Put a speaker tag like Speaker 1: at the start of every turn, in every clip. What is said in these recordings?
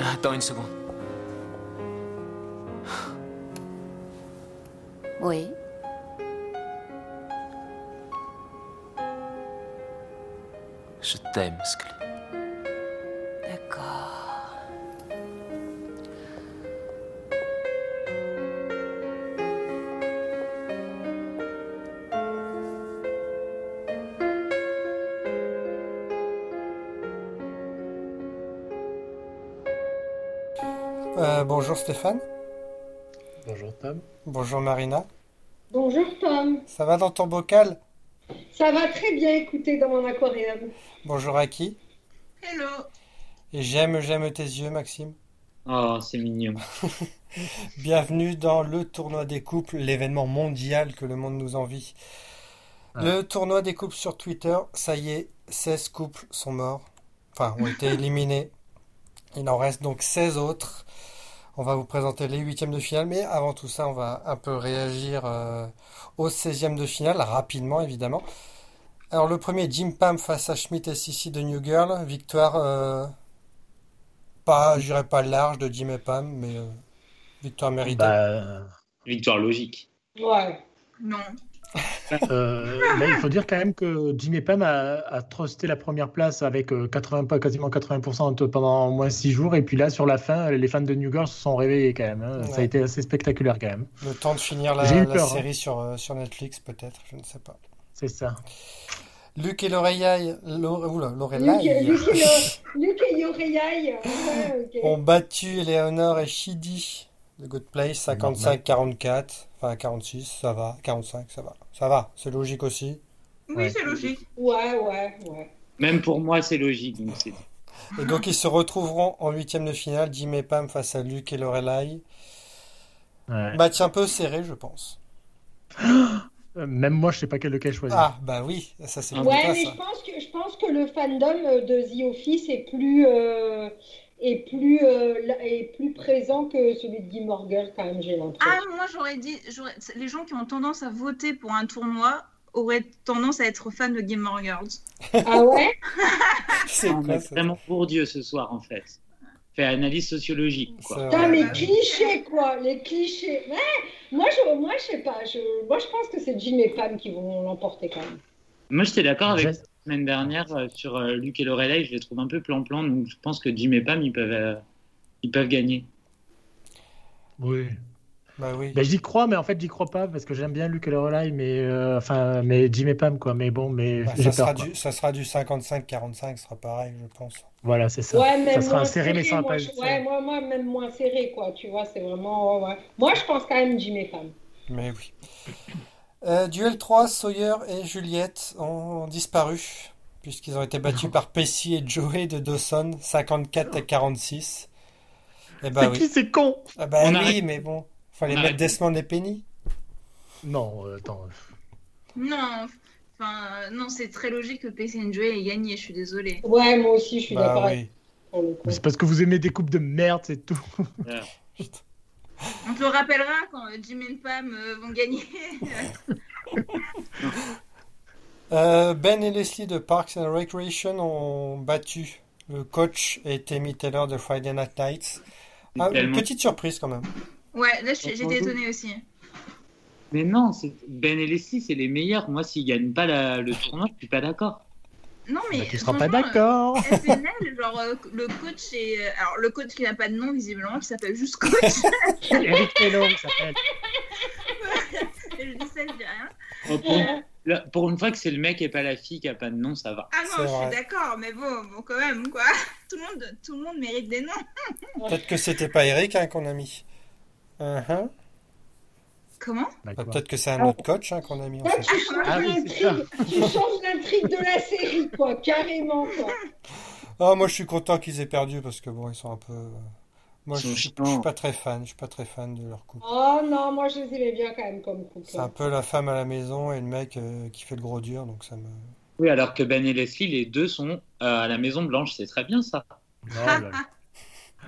Speaker 1: Attends une seconde.
Speaker 2: Oui.
Speaker 1: Je t'aime, Scully.
Speaker 2: D'accord.
Speaker 3: Euh, bonjour Stéphane.
Speaker 4: Bonjour Tom.
Speaker 3: Bonjour Marina.
Speaker 5: Bonjour Tom,
Speaker 3: Ça va dans ton bocal
Speaker 5: ça va très bien écouter dans mon aquarium.
Speaker 3: Bonjour Aki.
Speaker 6: Hello.
Speaker 3: Et j'aime, j'aime tes yeux, Maxime.
Speaker 4: Oh, c'est mignon.
Speaker 3: Bienvenue dans le tournoi des couples, l'événement mondial que le monde nous envie.
Speaker 4: Ouais.
Speaker 3: Le tournoi des couples sur Twitter, ça y est, 16 couples sont morts. Enfin, ont été éliminés. Il en reste donc 16 autres. On va vous présenter les huitièmes de finale, mais avant tout ça, on va un peu réagir euh, aux 16e de finale, rapidement évidemment. Alors le premier, Jim Pam face à Schmidt et Sissi de New Girl. Victoire, euh, pas, je dirais pas large de Jim et Pam, mais euh, victoire méritée.
Speaker 4: Bah, victoire logique.
Speaker 5: Ouais.
Speaker 6: Non.
Speaker 7: Euh, là, il faut dire quand même que Jimmy Pam a, a trusté la première place avec euh, 80, pas quasiment 80% de- pendant au moins 6 jours. Et puis là, sur la fin, les fans de New Girl se sont réveillés quand même. hein. Ça
Speaker 3: Ouais.
Speaker 7: a été assez spectaculaire quand même.
Speaker 3: Le temps de finir la,
Speaker 7: J'ai eu
Speaker 3: la
Speaker 7: peur, hein.
Speaker 3: série sur, euh, sur Netflix, peut-être, je ne sais pas.
Speaker 7: C'est ça.
Speaker 3: Luc et Loreilly, Lo- oula,
Speaker 5: Luc,
Speaker 3: Lorelai
Speaker 5: Luc et Lo- Luc et Yoreyaï. Ouais, ok.
Speaker 3: ont battu Eleanor et Shidi de Good Place 55-44, enfin 46, ça va, 45, ça va, ça va, c'est logique aussi.
Speaker 6: Oui,
Speaker 7: Ouais.
Speaker 6: c'est logique.
Speaker 5: Ouais, ouais, ouais.
Speaker 4: Même pour moi, c'est logique. donc c'est-
Speaker 3: Et donc ils se retrouveront en huitième de finale, Jim et Pam face à Luc et Lorelai.
Speaker 7: Ouais.
Speaker 3: Match un peu serré, je pense.
Speaker 7: Euh, Même moi, je sais pas quel lequel choisir.
Speaker 3: Ah bah oui, ça c'est hein.
Speaker 4: Ah,
Speaker 3: pas
Speaker 5: Ouais, mais
Speaker 3: ça.
Speaker 5: je pense que je pense que le fandom euh, de The Office est plus euh, est plus euh, la- est plus présent que celui de Gilmore Girls quand même, j'ai l'impression.
Speaker 6: Ah, moi j'aurais dit, j'aurais- les gens qui ont tendance à voter pour un tournoi auraient tendance à être fans de Game of Girls.
Speaker 5: Ah ouais?
Speaker 3: C'est
Speaker 4: On
Speaker 3: quoi,
Speaker 4: est
Speaker 3: Ah, ça
Speaker 4: vraiment Bourdieu ce soir, en fait. Fait analyse sociologique, quoi.
Speaker 3: C'est
Speaker 5: Putain,
Speaker 3: vrai.
Speaker 5: les clichés quoi, les clichés. Ouais, moi je moi je sais pas, je moi je pense que c'est Jim et Pam qui vont l'emporter quand même.
Speaker 4: Moi, j'étais d'accord avec
Speaker 7: J'ai-
Speaker 4: la semaine dernière euh, sur euh, Luc et Lorelai. Je les trouve un peu plan-plan. Donc, je pense que Jim et Pam, ils peuvent, euh, ils peuvent gagner.
Speaker 7: Oui.
Speaker 3: Bah oui.
Speaker 7: Ben, j'y crois, mais en fait, j'y crois pas parce que j'aime bien Luc et Lorelai, mais euh, enfin, mais Jim et Pam, quoi. Mais bon, mais
Speaker 3: Bah,
Speaker 7: j'ai
Speaker 3: ça,
Speaker 7: peur.
Speaker 3: sera
Speaker 7: quoi.
Speaker 3: du, ça sera du 55-45, ce sera pareil, je pense.
Speaker 7: Voilà, c'est ça.
Speaker 5: Ouais, même
Speaker 7: ça sera
Speaker 5: moins
Speaker 7: serré, mais ça va
Speaker 5: moi,
Speaker 7: pas
Speaker 5: je-
Speaker 7: être serré.
Speaker 5: Ouais, moi, moi, même moins serré, quoi. Tu vois, c'est vraiment. ouais, ouais. Moi, je pense quand même Jim et Pam.
Speaker 3: Mais oui. Euh, duel 3, Sawyer et Juliette ont disparu, puisqu'ils ont été battus par Pesci et Joey de Dawson, 54 à 46. Eh bah
Speaker 7: C'est
Speaker 3: oui.
Speaker 7: qui, c'est con
Speaker 3: Ah bah
Speaker 4: On
Speaker 3: oui,
Speaker 4: arrête.
Speaker 3: mais bon, fallait
Speaker 4: On
Speaker 3: mettre
Speaker 4: arrête.
Speaker 3: Desmond et Penny.
Speaker 7: Non, euh, attends.
Speaker 6: Non, enfin, euh, non, c'est très logique que PCNJ ait gagné, je suis désolée.
Speaker 5: Ouais, moi aussi, je suis d'accord
Speaker 3: Bah
Speaker 5: avec
Speaker 3: oui.
Speaker 5: pour le coup.
Speaker 7: C'est parce que vous aimez des coupes de merde, c'est tout.
Speaker 6: On te le rappellera quand euh, Jim et Pam euh, vont gagner.
Speaker 3: Euh, ben et Leslie de Parks and Recreation ont battu le coach et Tammy Taylor de Friday Night Lights. Ah, une
Speaker 4: Tellement-
Speaker 3: petite surprise quand même.
Speaker 6: ouais, là j'ai- j'étais étonnée aussi.
Speaker 4: Mais non, c'est- Ben et Leslie, c'est les meilleurs. Moi, s'ils gagnent pas la- le tournoi, je suis pas d'accord.
Speaker 6: Non, mais.
Speaker 7: Bah, tu seras pas
Speaker 6: franchement, euh,
Speaker 7: d'accord.
Speaker 6: SNL, genre euh, le coach est euh, alors le coach qui n'a pas de nom visiblement qui s'appelle juste coach
Speaker 7: Eric Taylor, il s'appelle.
Speaker 6: je dis ça je dis rien
Speaker 4: Oh, Pour, là, pour une fois que c'est le mec et pas la fille qui a pas de nom, ça va.
Speaker 6: ah
Speaker 3: C'est
Speaker 6: non je
Speaker 3: vrai.
Speaker 6: suis d'accord mais bon bon quand même quoi tout le monde tout le monde mérite des noms
Speaker 3: Peut-être que c'était pas Eric hein, qu'on a mis. Uh-huh.
Speaker 6: comment
Speaker 7: Bah,
Speaker 3: Bah,
Speaker 7: quoi.
Speaker 3: Peut-être que c'est un autre coach hein, qu'on a mis. on sait
Speaker 5: Là, tu changes
Speaker 7: Ah oui, c'est
Speaker 5: l'intrigue, tu changes l'intrigue de la série, quoi, carrément, quoi.
Speaker 3: Ah, moi je suis content qu'ils aient perdu parce que bon, ils sont un peu. euh, Moi
Speaker 4: Ils
Speaker 3: je
Speaker 4: sont
Speaker 3: suis,
Speaker 4: chiants.
Speaker 3: je suis pas très fan, je suis pas très fan de leur couple.
Speaker 5: Oh non, moi, je les aimais bien quand même comme couple.
Speaker 3: C'est un peu la femme à la maison et le mec euh, qui fait le gros dur, donc ça me.
Speaker 4: Oui, alors que Ben et Leslie, les deux sont euh, à la Maison Blanche, c'est très bien ça.
Speaker 7: Non, Oh là, là.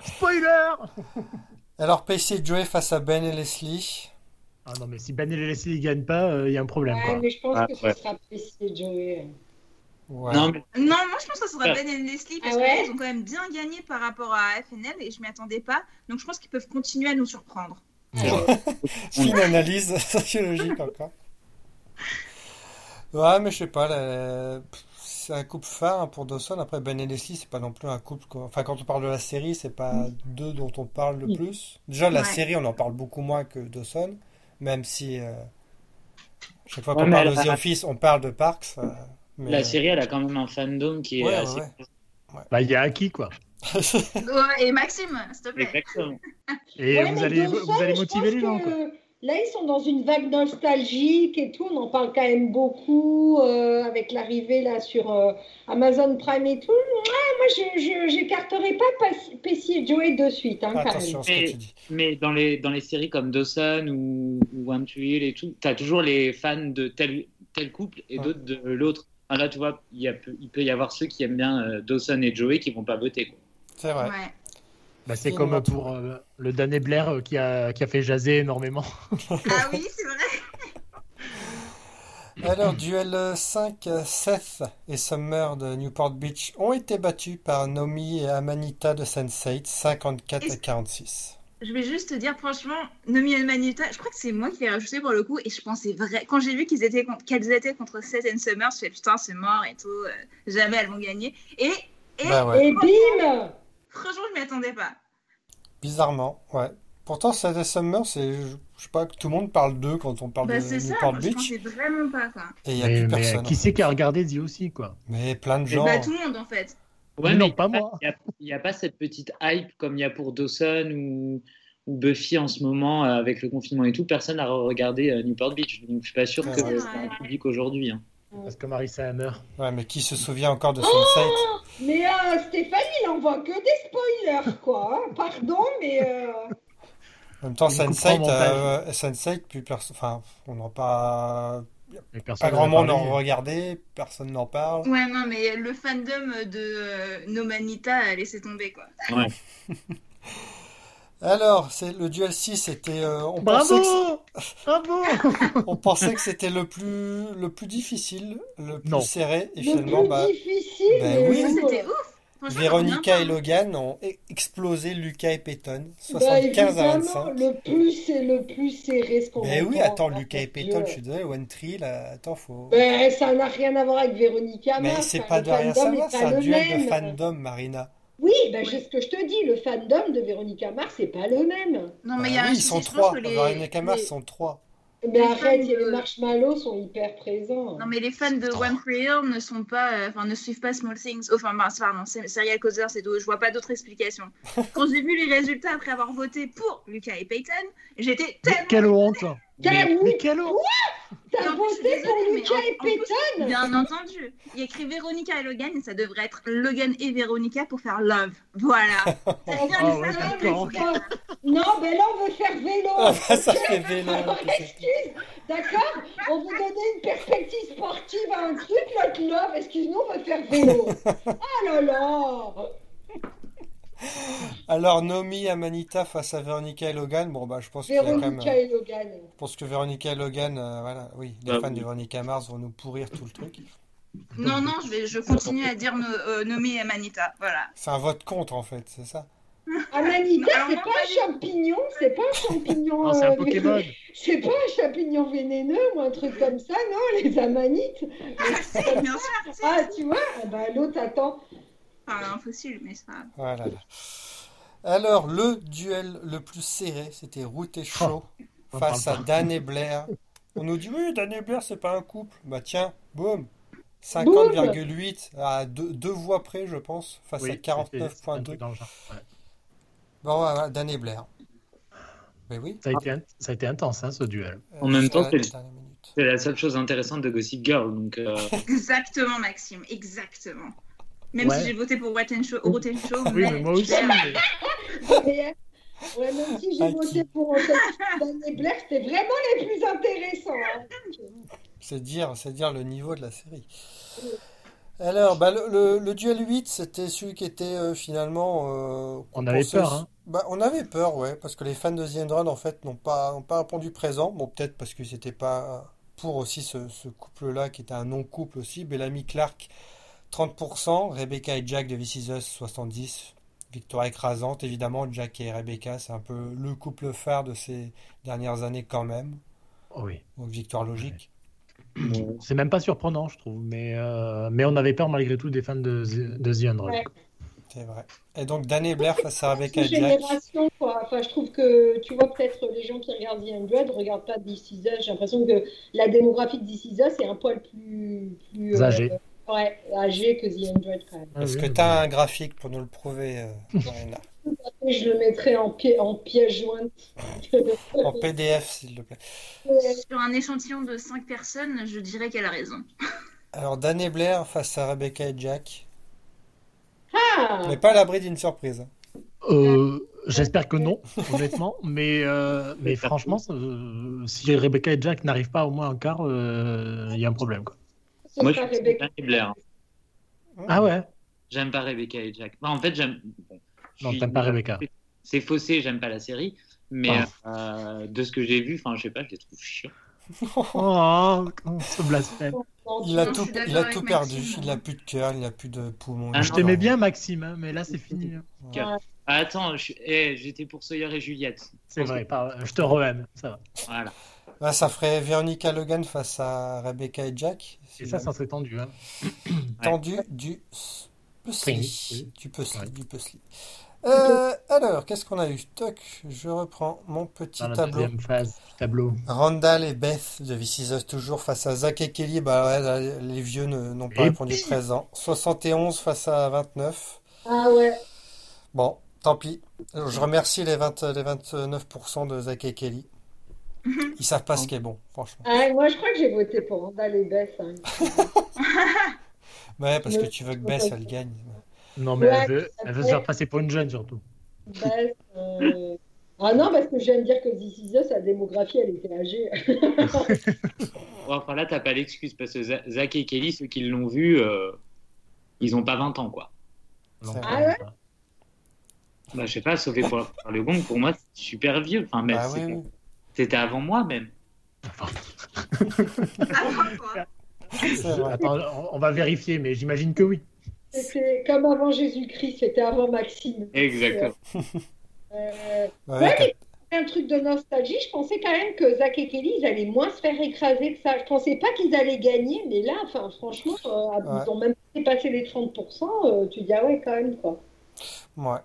Speaker 7: Spoiler
Speaker 3: Alors PC et Joey face à Ben et Leslie.
Speaker 7: Ah non, mais si Ben et Leslie ne gagnent pas, il y a un problème.
Speaker 5: Ouais,
Speaker 7: quoi.
Speaker 5: mais je pense
Speaker 4: Ah,
Speaker 5: que ce
Speaker 4: ouais.
Speaker 5: sera apprécié, Joey. hein.
Speaker 3: Ouais.
Speaker 4: Non, mais
Speaker 6: Non, moi je pense que ça sera
Speaker 4: Ah.
Speaker 6: Ben et Leslie parce
Speaker 5: Ah ouais
Speaker 6: qu'ils ont quand même bien gagné par rapport à FNL et je m'y attendais pas. Donc je pense qu'ils peuvent continuer à nous surprendre.
Speaker 3: Fine analyse sociologique encore. Ouais, mais je sais pas, la- pff, c'est un couple phare hein, pour Dawson. Après, Ben et Leslie, c'est pas non plus un couple. qu'on- Enfin, quand on parle de la série, c'est pas deux dont on parle le
Speaker 4: Oui.
Speaker 3: plus. Déjà, la
Speaker 6: Ouais.
Speaker 3: série, on en parle beaucoup moins que Dawson, même si euh, chaque fois
Speaker 4: Ouais,
Speaker 3: qu'on
Speaker 4: mais
Speaker 3: parle
Speaker 4: elle
Speaker 3: de The
Speaker 4: a-
Speaker 3: Office, on parle de Parks. euh, mais-
Speaker 4: la série, elle a quand même un fandom qui est
Speaker 3: Ouais, ouais,
Speaker 4: assez.
Speaker 3: ouais.
Speaker 7: Bah, il y a Aki, quoi.
Speaker 6: Ouais, et Maxime, s'il te plaît.
Speaker 4: Exactement.
Speaker 7: Et
Speaker 5: Ouais,
Speaker 7: vous,
Speaker 5: mais
Speaker 7: allez,
Speaker 5: Dawson,
Speaker 7: vous allez
Speaker 5: je
Speaker 7: motiver
Speaker 5: pense
Speaker 7: les gens,
Speaker 5: que
Speaker 7: quoi.
Speaker 5: Là, ils sont dans une vague nostalgique et tout. On en parle quand même beaucoup euh, avec l'arrivée là sur euh, Amazon Prime et tout. Ouais, moi, je n'écarterai pas Pac- Pesci et Joey de suite. hein, quand
Speaker 3: Attention à ce que
Speaker 4: Mais-
Speaker 3: tu dis.
Speaker 4: Mais dans les, dans les séries comme Dawson ou, ou One to Hill et tout, t'as toujours les fans de tel, tel couple et
Speaker 3: Ouais.
Speaker 4: d'autres de l'autre. Enfin, là, tu vois, il, y a peu- il peut y avoir ceux qui aiment bien euh, Dawson et Joey qui vont pas voter. Quoi.
Speaker 3: C'est vrai.
Speaker 6: Ouais.
Speaker 7: Bah, c'est
Speaker 3: Finement
Speaker 7: comme pour euh, le Dan Blair euh, qui a, qui a fait jaser énormément.
Speaker 6: Ah oui, c'est vrai.
Speaker 3: Alors, duel 5, Seth et Summer de Newport Beach ont été battus par Nomi et Amanita de Sense8, 54 à
Speaker 6: Est-ce-
Speaker 3: 46.
Speaker 6: Je vais juste te dire franchement, Nomi et Manita, je crois que c'est moi qui l'ai rajouté pour le coup et je pensais vrai. Quand j'ai vu qu'ils étaient contre- qu'elles étaient contre Seth and Summer, je fais putain c'est mort et tout, euh, jamais elles vont gagner. Et, et
Speaker 3: Bah
Speaker 5: même.
Speaker 3: ouais,
Speaker 5: Et bim
Speaker 6: franchement je m'y attendais pas.
Speaker 3: bizarrement, ouais. Pourtant, Seth et Summer, c'est, je je sais pas, tout le monde parle d'eux quand on parle
Speaker 6: Bah
Speaker 3: de
Speaker 6: c'est ça,
Speaker 3: Newport
Speaker 6: je
Speaker 3: Beach,
Speaker 6: pensais vraiment pas quoi.
Speaker 3: et il n'y a
Speaker 7: Mais,
Speaker 3: plus
Speaker 7: mais
Speaker 3: personne. hein.
Speaker 7: qui c'est qui a regardé The aussi, quoi
Speaker 3: Mais plein de gens.
Speaker 6: Bah tout le monde en fait.
Speaker 7: Mais non,
Speaker 4: il y a
Speaker 7: pas moi.
Speaker 4: Il n'y a, pas cette petite hype comme il y a pour Dawson ou, ou Buffy en ce moment euh, avec le confinement et tout. Personne n'a regardé euh, Newport Beach. Donc, je suis pas sûr
Speaker 3: Ouais,
Speaker 4: que
Speaker 3: Ah ouais.
Speaker 4: c'est un public aujourd'hui. hein.
Speaker 7: Parce que Marissa Hammer.
Speaker 3: Ouais, mais qui se souvient encore
Speaker 6: Oh
Speaker 3: de Sense8?
Speaker 5: Mais euh, Stéphane, il envoie que des spoilers, quoi. hein. Pardon, mais. euh,
Speaker 3: En même temps,
Speaker 7: Il coupera
Speaker 3: Sense8,
Speaker 7: au montage.
Speaker 3: euh, Sense8, plus personne. Enfin, on n'en parle.
Speaker 7: Mais personne
Speaker 3: Pas grand monde
Speaker 7: n'en a
Speaker 3: en
Speaker 7: parlé.
Speaker 3: regardait, personne n'en parle.
Speaker 6: Ouais, non, mais le fandom de euh, Nomanita a laissé tomber, quoi.
Speaker 3: Alors, c'est le duel 6, c'était. euh, on pensait que
Speaker 7: Bravo Bravo
Speaker 3: On pensait que c'était le plus, le plus difficile, le plus
Speaker 7: Non.
Speaker 3: serré, et
Speaker 5: le
Speaker 3: finalement,
Speaker 5: plus
Speaker 3: bah,
Speaker 5: difficile.
Speaker 3: bah
Speaker 5: mais
Speaker 3: oui.
Speaker 6: Ça,
Speaker 5: bon,
Speaker 6: c'était
Speaker 5: euh,
Speaker 6: ouf Franchement,
Speaker 3: Véronica et
Speaker 6: j'en reviens
Speaker 3: Logan ont e- explosé Lucas et Peyton,
Speaker 5: bah,
Speaker 3: 75 à
Speaker 5: évidemment,
Speaker 3: 25.
Speaker 5: Le plus, c'est le plus serré, ce qu'on
Speaker 3: Mais oui,
Speaker 5: entend,
Speaker 3: attends,
Speaker 5: hein,
Speaker 3: Lucas et
Speaker 5: mon
Speaker 3: Peyton,
Speaker 5: Dieu.
Speaker 3: je suis désolé, One Tree, là, attends, faut.
Speaker 5: Ben, ça n'a rien à voir avec Véronica.
Speaker 3: Mais
Speaker 5: Mars,
Speaker 3: c'est
Speaker 5: hein,
Speaker 3: pas
Speaker 5: le
Speaker 3: de rien
Speaker 5: fandom
Speaker 3: savoir,
Speaker 5: est pas
Speaker 3: c'est un
Speaker 5: le
Speaker 3: duel de
Speaker 5: même.
Speaker 3: fandom, Marina.
Speaker 5: Oui, ben,
Speaker 6: Ouais.
Speaker 5: c'est ce que je te dis. Le fandom de Véronica Mars, c'est pas le même.
Speaker 6: pas. Non, mais
Speaker 3: Bah
Speaker 6: il y a un
Speaker 3: oui, ils
Speaker 6: souci,
Speaker 3: sont
Speaker 6: je pense
Speaker 3: trois,
Speaker 6: que les-
Speaker 3: Veronica Mars
Speaker 6: les-
Speaker 3: sont trois.
Speaker 5: Mais
Speaker 6: Les
Speaker 5: arrête,
Speaker 6: fans
Speaker 5: il y a
Speaker 6: de-
Speaker 5: les marshmallows sont hyper présents.
Speaker 6: Non, mais les fans de One Free Hill ne sont pas... euh, Enfin, ne suivent pas Small Things. Enfin, bah, c'est- pardon, c'est Serial Causer, c'est tout. Je vois pas d'autres explications. Quand j'ai vu les résultats après avoir voté pour Lucas et Peyton, j'étais
Speaker 7: Mais
Speaker 6: tellement...
Speaker 7: quelle honte hein.
Speaker 5: T'as
Speaker 4: Mais-
Speaker 7: Mais
Speaker 5: oui,
Speaker 7: quelle honte
Speaker 5: t'as
Speaker 6: Et en plus, je suis
Speaker 5: voté pour
Speaker 6: désolée, mais
Speaker 5: Lucas
Speaker 6: en-
Speaker 5: et
Speaker 6: en plus,
Speaker 5: Peyton
Speaker 6: Bien entendu. Il y a écrit Véronica et Logan et ça devrait être Logan et Véronica pour faire love. Voilà. Ça vient
Speaker 7: Ah
Speaker 6: de
Speaker 7: ouais,
Speaker 6: ça,
Speaker 7: d'accord.
Speaker 6: mais c'est-
Speaker 5: Non, ben là, on veut faire vélo.
Speaker 3: Ah bah ça fait vélo.
Speaker 5: Alors, excuse, d'accord On veut donner une perspective sportive à un truc, l'autre love. Excuse-nous, on veut faire vélo. Ah là là
Speaker 3: Alors, Nomi, Amanita face à Veronica et Logan, bon, bah, je pense qu'il y a quand même.
Speaker 5: Véronica et Logan.
Speaker 3: Je pense que Veronica et Logan, euh, voilà, oui, les
Speaker 4: Bah
Speaker 3: fans
Speaker 4: oui.
Speaker 3: de Veronica Mars vont nous pourrir tout le truc.
Speaker 6: Non, non, je, vais, je continue à dire no, euh, nommer Manita. Voilà.
Speaker 3: C'est un vote contre, en fait, c'est ça?
Speaker 5: Amanita,
Speaker 6: Alors,
Speaker 5: c'est
Speaker 6: non,
Speaker 5: pas un champignon, c'est pas un champignon.
Speaker 7: Non, c'est un
Speaker 5: euh,
Speaker 7: Pokémon
Speaker 5: C'est pas un champignon vénéneux ou un truc comme ça, non Les amanites
Speaker 6: Si, bien sûr. si.
Speaker 5: Ah, tu vois Ah bah, L'autre attend.
Speaker 6: Enfin, impossible, mais ça.
Speaker 3: Voilà. Alors, le duel le plus serré, c'était Root et Shaw
Speaker 7: Oh, on
Speaker 3: face à
Speaker 7: parle
Speaker 3: Dan et Blair. On nous dit, oui, Dan et Blair, c'est pas un couple. Bah tiens, boum. 50,8 à deux, deux voix près, je pense, face à
Speaker 7: Oui, c'est un
Speaker 3: 49,2.
Speaker 7: truc dans le genre, ouais.
Speaker 3: Bon, voilà, Dan et Blair. Mais oui.
Speaker 7: Ça a été int- ça a été intense, hein, ce duel.
Speaker 4: En même
Speaker 3: sur
Speaker 4: temps,
Speaker 3: la
Speaker 4: c'est-
Speaker 3: dernière minute.
Speaker 4: C'est la seule chose intéressante de Gossip Girl. Donc, euh,
Speaker 6: Exactement, Maxime. Exactement. Même
Speaker 7: Ouais.
Speaker 6: si j'ai voté pour Rotten Show. Rotten Show
Speaker 7: Oui, mais moi aussi. mais-
Speaker 5: Mais, euh, ouais, même si
Speaker 3: Ah,
Speaker 5: j'ai
Speaker 3: qui-
Speaker 5: voté pour euh, Dan et Blair, c'était vraiment les plus intéressants. hein.
Speaker 3: C'est dire, c'est dire le niveau de la série. Alors, bah, le, le- le duel 8, c'était celui qui était euh, finalement. euh, qu'on
Speaker 7: On avait
Speaker 3: pensait-
Speaker 7: peur, hein.
Speaker 3: Bah, on avait peur, ouais, parce que les fans de The End Run, en fait, n'ont pas, n'ont pas répondu présent. Bon, peut-être parce qu'ils n'étaient pas pour aussi ce, ce couple-là, qui était un non-couple aussi. Bellamy Clark, 30%. Rebecca et Jack de This Is Us, 70%. Victoire écrasante, évidemment. Jack et Rebecca, c'est un peu le couple phare de ces dernières années quand même.
Speaker 7: Oh Oui.
Speaker 3: Donc victoire logique.
Speaker 7: C'est même pas surprenant, je trouve. Mais, euh, mais on avait peur malgré tout des fans de, The- de The Android.
Speaker 5: Ouais.
Speaker 3: C'est vrai. Et donc Dan et Blair face à Rebecca
Speaker 5: C'est
Speaker 3: et Jack.
Speaker 5: génération, quoi. Enfin, je trouve que, tu vois, peut-être les gens qui regardent The Unblood ne regardent pas This Is Us. J'ai l'impression que la démographie de This Is Us est un poil plus. plus
Speaker 7: Âgé.
Speaker 5: euh, ouais, âgé que The Unblood, quand
Speaker 7: Ah
Speaker 5: même.
Speaker 3: Est-ce que tu as un graphique pour nous le prouver, euh, Lorena
Speaker 5: Et je le mettrais en, pied, en pièce jointe.
Speaker 3: En PDF, s'il te plaît.
Speaker 6: Sur un échantillon de 5 personnes, je dirais qu'elle a raison.
Speaker 3: Alors, Dan et Blair face à Rebecca et Jack.
Speaker 5: Ah
Speaker 3: On n'est pas à l'abri d'une surprise. hein.
Speaker 7: Euh, J'espère que non, honnêtement. mais, euh, mais franchement, ça, euh, si Rebecca et Jack n'arrivent pas au moins en quart, euh, il y a un problème. Quoi.
Speaker 5: ce
Speaker 4: Moi, je
Speaker 5: sera
Speaker 4: pense que
Speaker 5: Rebecca.
Speaker 4: Dan et Blair.
Speaker 7: Ah ouais
Speaker 4: J'aime pas Rebecca et Jack. Enfin, en fait, j'aime. bon, je
Speaker 7: Non,
Speaker 4: suis-
Speaker 7: t'aimes pas Rebecca.
Speaker 4: C'est faussé, j'aime pas la série. Mais
Speaker 7: Ah.
Speaker 4: euh, de ce que j'ai vu, enfin, je sais pas, je les trouve chiants.
Speaker 7: Oh, ce blasphème.
Speaker 3: Il a
Speaker 6: Non, Oh, je
Speaker 3: tout,
Speaker 6: suis d'accord
Speaker 3: il a
Speaker 6: avec
Speaker 3: tout perdu.
Speaker 6: Maxime.
Speaker 3: Il a plus de cœur, il a plus de poumons. il
Speaker 4: Ah,
Speaker 3: a
Speaker 7: Je
Speaker 4: non,
Speaker 3: plus
Speaker 7: t'aimais
Speaker 3: d'organes.
Speaker 7: bien, Maxime, hein, mais là, c'est fini. hein.
Speaker 4: Ah, attends, je- eh, j'étais pour Sawyer et Juliette.
Speaker 7: C'est vrai, par- je te re-aime, ça va.
Speaker 4: Voilà.
Speaker 3: Là, Bah, ça ferait Veronica Logan face à Rebecca et Jack.
Speaker 7: Et ça, ça serait tendu. Hein.
Speaker 3: Tendu du s-
Speaker 7: Oui,
Speaker 3: puzzle.
Speaker 7: oui.
Speaker 3: Du puzzle.
Speaker 7: Ouais.
Speaker 3: Du puzzle. Euh, alors, qu'est-ce qu'on a eu? Toc, je reprends mon petit
Speaker 7: Dans la
Speaker 3: tableau.
Speaker 7: deuxième phase du tableau.
Speaker 3: Randall et Beth de This Is Us toujours face à Zach et Kelly. Bah ouais, là, les vieux ne- n'ont pas
Speaker 7: Et
Speaker 3: répondu
Speaker 7: puis-
Speaker 3: présent. 71 face à 29.
Speaker 5: Ah ouais.
Speaker 3: Bon, tant pis. Je remercie les 20, les 29% de Zach et Kelly. Ils savent pas ce qui est bon, franchement.
Speaker 5: Ah, moi, je crois que j'ai voté pour Randall et Beth. hein.
Speaker 3: Ouais, parce que tu veux que Bess, elle gagne.
Speaker 7: Non, mais
Speaker 5: Ouais,
Speaker 7: elle veut, elle veut se
Speaker 5: fait.
Speaker 7: faire passer pour une jeune, surtout.
Speaker 5: Beth, euh, Ah non, parce que je viens de dire que This Is Us, sa démographie, elle était âgée.
Speaker 4: Bon, Enfin, là, t'as pas l'excuse parce que Za- Zach et Kelly, ceux qui l'ont vu, euh, ils ont pas 20 ans, quoi.
Speaker 7: Non,
Speaker 3: C'est
Speaker 5: Ah
Speaker 7: non,
Speaker 5: ouais
Speaker 7: ça.
Speaker 4: Bah, je sais pas, sauf pour par le gong, pour moi, c'est super vieux. Enfin, même,
Speaker 3: Bah oui,
Speaker 4: c'était-
Speaker 3: oui.
Speaker 4: c'était avant moi, même.
Speaker 6: Ah, Avant quoi
Speaker 3: C'est vrai.
Speaker 7: Attends, on- on va vérifier, mais j'imagine que oui.
Speaker 5: C'était comme avant Jésus-Christ, c'était avant Maxime.
Speaker 4: Exactement.
Speaker 5: Euh,
Speaker 3: Ouais,
Speaker 5: Ouais,
Speaker 3: t'as-
Speaker 5: un truc de nostalgie, je pensais quand même que Zach et Kelly, ils allaient moins se faire écraser que ça. Je pensais pas qu'ils allaient gagner, mais là, enfin, franchement, euh, ils ont même dépassé les 30%. euh, tu dis, ah ouais, quand même, quoi.
Speaker 3: ouais.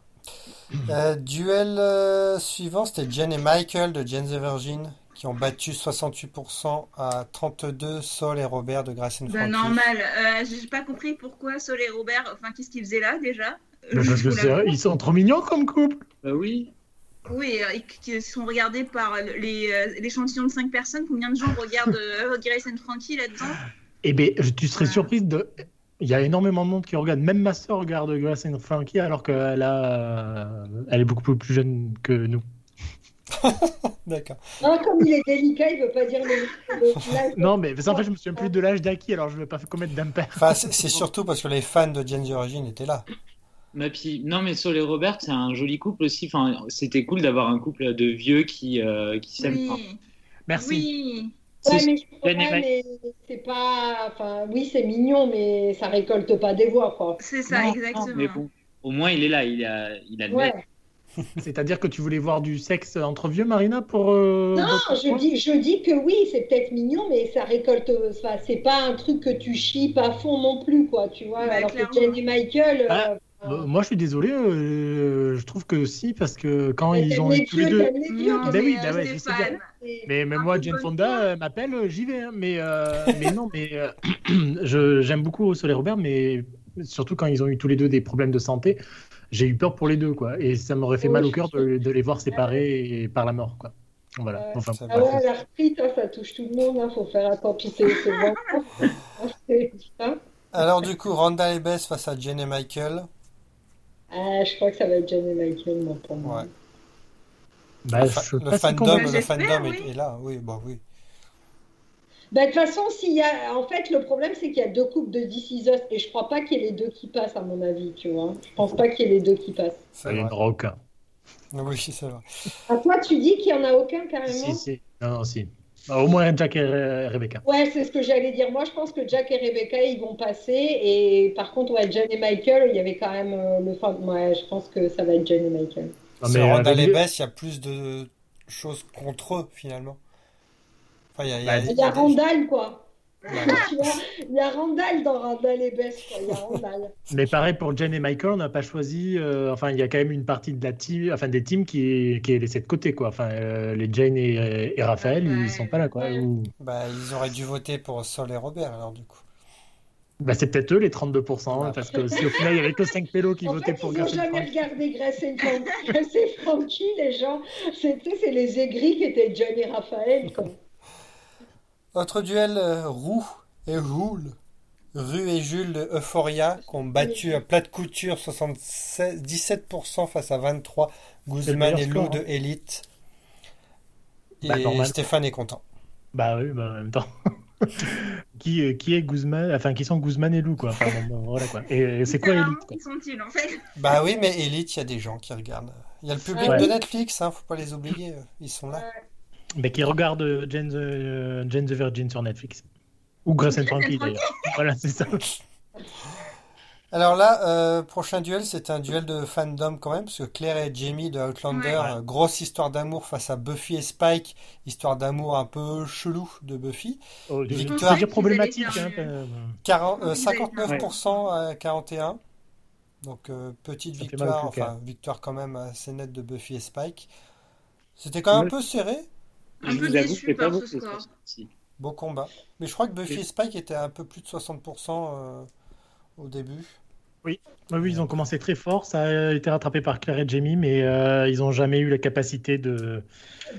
Speaker 3: Euh, duel euh, suivant, c'était Jen et Michael de Jen the Virgin qui ont battu 68% à 32 Saul et Robert de Grace and
Speaker 6: Bah,
Speaker 3: Frankie.
Speaker 6: normal. Euh, J'ai pas compris pourquoi Sol et Robert, enfin, qu'est-ce qu'ils faisaient là déjà
Speaker 7: Mais Bah, Parce que c'est- ils sont trop mignons comme couple.
Speaker 4: Bah oui.
Speaker 6: Oui, euh, et qui sont regardés par les, euh, l'échantillon de 5 personnes. Combien de gens regardent euh, Grace and Frankie là-dedans
Speaker 7: Eh bien, tu serais surprise de. Il y a énormément de monde qui regarde. Même ma soeur regarde Grace and Frankie alors qu'elle a... euh, elle est beaucoup plus- plus jeune que nous.
Speaker 3: D'accord.
Speaker 5: Hein, comme il est délicat, il veut pas dire le, le- l'âge.
Speaker 7: Non, mais parce qu'en fait, je me souviens plus de l'âge d'Aki, alors je ne vais pas commettre d'impair.
Speaker 3: Enfin, c'est c'est surtout parce que les fans de Jen the Virgin étaient là.
Speaker 4: Ma Bah, puis, non, mais Sol et Robert, c'est un joli couple aussi. Enfin, c'était cool d'avoir un couple de vieux qui, euh, qui s'aiment. Enfin,
Speaker 6: Oui.
Speaker 7: Merci.
Speaker 6: Oui.
Speaker 4: c'est-
Speaker 5: Ouais, mais, je comprends,
Speaker 4: Jen et Mike.
Speaker 5: mais c'est pas. Enfin, oui, c'est mignon, mais ça récolte pas des voix, quoi.
Speaker 6: C'est ça,
Speaker 4: Non,
Speaker 6: exactement.
Speaker 4: mais bon, au moins, il est là. Il a, il a le
Speaker 5: Ouais.
Speaker 4: verre.
Speaker 7: C'est-à-dire que tu voulais voir du sexe entre vieux, Marina, pour. euh,
Speaker 5: Non,
Speaker 7: votre
Speaker 5: je
Speaker 7: point
Speaker 5: dis, je dis que oui, c'est peut-être mignon, mais ça récolte. Enfin, c'est pas un truc que tu chies à fond non plus, quoi, tu vois.
Speaker 6: Bah,
Speaker 5: alors
Speaker 6: clairement.
Speaker 5: que Jen et Michael.
Speaker 7: Ah, Euh,
Speaker 5: euh,
Speaker 7: Moi, je suis désolé, euh, je trouve que si, parce que quand
Speaker 5: t'aimes
Speaker 7: ils ont
Speaker 5: les
Speaker 7: eu tous les
Speaker 5: vieux,
Speaker 7: deux.
Speaker 5: t'aimes les vieux,
Speaker 6: Non,
Speaker 7: Bah
Speaker 5: t'aimes
Speaker 7: oui,
Speaker 6: mais, euh,
Speaker 7: bah ouais, je sais
Speaker 6: Stéphane,
Speaker 5: les-
Speaker 7: Mais, mais
Speaker 6: Un
Speaker 7: moi,
Speaker 6: peu
Speaker 7: Jane
Speaker 6: bonne
Speaker 7: Fonda
Speaker 6: foi.
Speaker 7: euh, m'appelle, euh, j'y vais. hein, mais, euh, mais non, mais euh, je- j'aime beaucoup Soleil Robert, mais surtout quand ils ont eu tous les deux des problèmes de santé, j'ai eu peur pour les deux, quoi. Et ça m'aurait fait
Speaker 5: Oui,
Speaker 7: mal au
Speaker 5: je
Speaker 7: cœur de, de les voir séparés et par la mort, quoi. Voilà.
Speaker 5: Ouais.
Speaker 7: Enfin,
Speaker 3: Ça
Speaker 5: Ah
Speaker 7: bref.
Speaker 5: ouais, la retraite, hein, ça touche tout le monde, hein, faut faire attention, c'est c'est bon. Ah, C'est ça.
Speaker 3: Alors du coup, Randall et Bess face à Jen et Michael.
Speaker 5: Ah, je crois que ça va être Jen et Michael, moi, pour moi.
Speaker 3: Ouais.
Speaker 7: Bah,
Speaker 3: Fa-
Speaker 7: je suis
Speaker 3: le
Speaker 7: pas si
Speaker 3: fandom,
Speaker 7: convaincu.
Speaker 3: le
Speaker 6: J'espère,
Speaker 3: fandom est-
Speaker 6: oui.
Speaker 3: est là. Oui, bah oui.
Speaker 5: Bah, de toute façon, s'il y a... en fait, le problème, c'est qu'il y a deux coupes de This Is Us, et je crois pas qu'il y ait les deux qui passent, à mon avis, tu vois. Je pense pas qu'il y ait les deux qui passent.
Speaker 3: C'est
Speaker 7: C'est une
Speaker 3: vrai.
Speaker 7: rock.
Speaker 3: Oui, c'est vrai.
Speaker 5: Ah, toi, tu dis qu'il y en a aucun, carrément
Speaker 7: Si, si. Non, non, si. Bah, au moins Jack et Re- Rebecca.
Speaker 5: Ouais, c'est ce que j'allais dire. Moi, je pense que Jack et Rebecca, ils vont passer. Et par contre, ouais, John et Michael, il y avait quand même euh, le fin. Ouais, je pense que ça va être John et Michael.
Speaker 7: Non,
Speaker 3: Se
Speaker 7: mais,
Speaker 3: rendre
Speaker 7: euh,
Speaker 3: à les
Speaker 7: Baby-
Speaker 3: baisses, il y a plus de choses contre eux finalement. Enfin, il y a, il y a-
Speaker 7: Bah,
Speaker 5: Il y a
Speaker 3: des-
Speaker 5: Randall, quoi.
Speaker 3: Ouais.
Speaker 5: Tu vois, il y a Randall dans Randall et Bess, quoi. Il y a Randall.
Speaker 7: Mais pareil pour Jen et Michael, on n'a pas choisi. euh, enfin, il y a quand même une partie de la team, enfin des teams qui, qui est laissée de côté, quoi. Enfin, euh, les Jane et, et Raphaël, ils sont pas là, quoi. Ou-
Speaker 3: Bah, ils auraient dû voter pour Sol et Robert alors du coup.
Speaker 7: Bah, c'est peut-être eux les 32%, hein, parce que si au final il y avait que 5 pélos qui
Speaker 5: En
Speaker 7: votaient
Speaker 5: fait,
Speaker 7: pour
Speaker 5: ils n'ont
Speaker 7: Garfield
Speaker 5: jamais
Speaker 7: Frank.
Speaker 5: regardé Grace et Frankie. Grace et Frankie, les gens. C'était c'est les aigris qui étaient John et Raphaël, quoi.
Speaker 3: Autre duel, euh, Roux et Roule. Rue et Jules de Euphoria qui ont battu à plat de couture 76, 17% face à 23 Guzman
Speaker 7: meilleur
Speaker 3: et Lou
Speaker 7: score, hein.
Speaker 3: de Elite. Et
Speaker 7: Bah, normal.
Speaker 3: Stéphane est content.
Speaker 7: Bah oui, bah, en même temps. qui, euh, qui est Guzman, enfin qui sont Guzman et Lou, quoi. Enfin, bon, voilà, quoi. Et euh, c'est quoi Elite, quoi.
Speaker 6: Qui sont-ils en fait
Speaker 3: Bah oui, mais Elite, il y a des gens qui regardent. Il y a le public
Speaker 5: Ouais.
Speaker 3: de Netflix, hein, faut pas les oublier, euh, ils sont là.
Speaker 7: Mais qui regarde euh, Jane the, euh, Jane the Virgin sur Netflix. Ou Grace and Frankie d'ailleurs. voilà, c'est ça.
Speaker 3: Alors là, euh, prochain duel, c'est un duel de fandom quand même, parce que Claire et Jamie de Outlander,
Speaker 6: Ouais.
Speaker 3: euh, grosse histoire d'amour face à Buffy et Spike, histoire d'amour un peu chelou de Buffy.
Speaker 7: Oh, je-
Speaker 3: Victoire.
Speaker 7: je veux dire problématique.
Speaker 6: Vous
Speaker 7: Hein,
Speaker 6: allez faire
Speaker 7: pas-
Speaker 3: Quaran- euh,
Speaker 6: Ouais.
Speaker 3: 59% à 41. Donc euh, petite
Speaker 7: Ça fait mal au
Speaker 3: victoire,
Speaker 7: cul, quand
Speaker 3: enfin victoire quand même assez nette de Buffy et Spike. C'était quand même un
Speaker 7: Ouais.
Speaker 3: peu serré,
Speaker 6: Un
Speaker 4: je
Speaker 6: peu
Speaker 4: vous avoue
Speaker 6: déçu
Speaker 4: que c'est pas
Speaker 6: par ce
Speaker 4: beaucoup.
Speaker 6: score.
Speaker 4: ça, si.
Speaker 3: beau combat. Mais je crois que Buffy et Spike étaient à un peu plus de 60% euh, au début.
Speaker 7: Ouais, oui, ils ont commencé très fort, ça a été rattrapé par Claire et Jamie, mais euh, ils n'ont jamais eu la capacité de.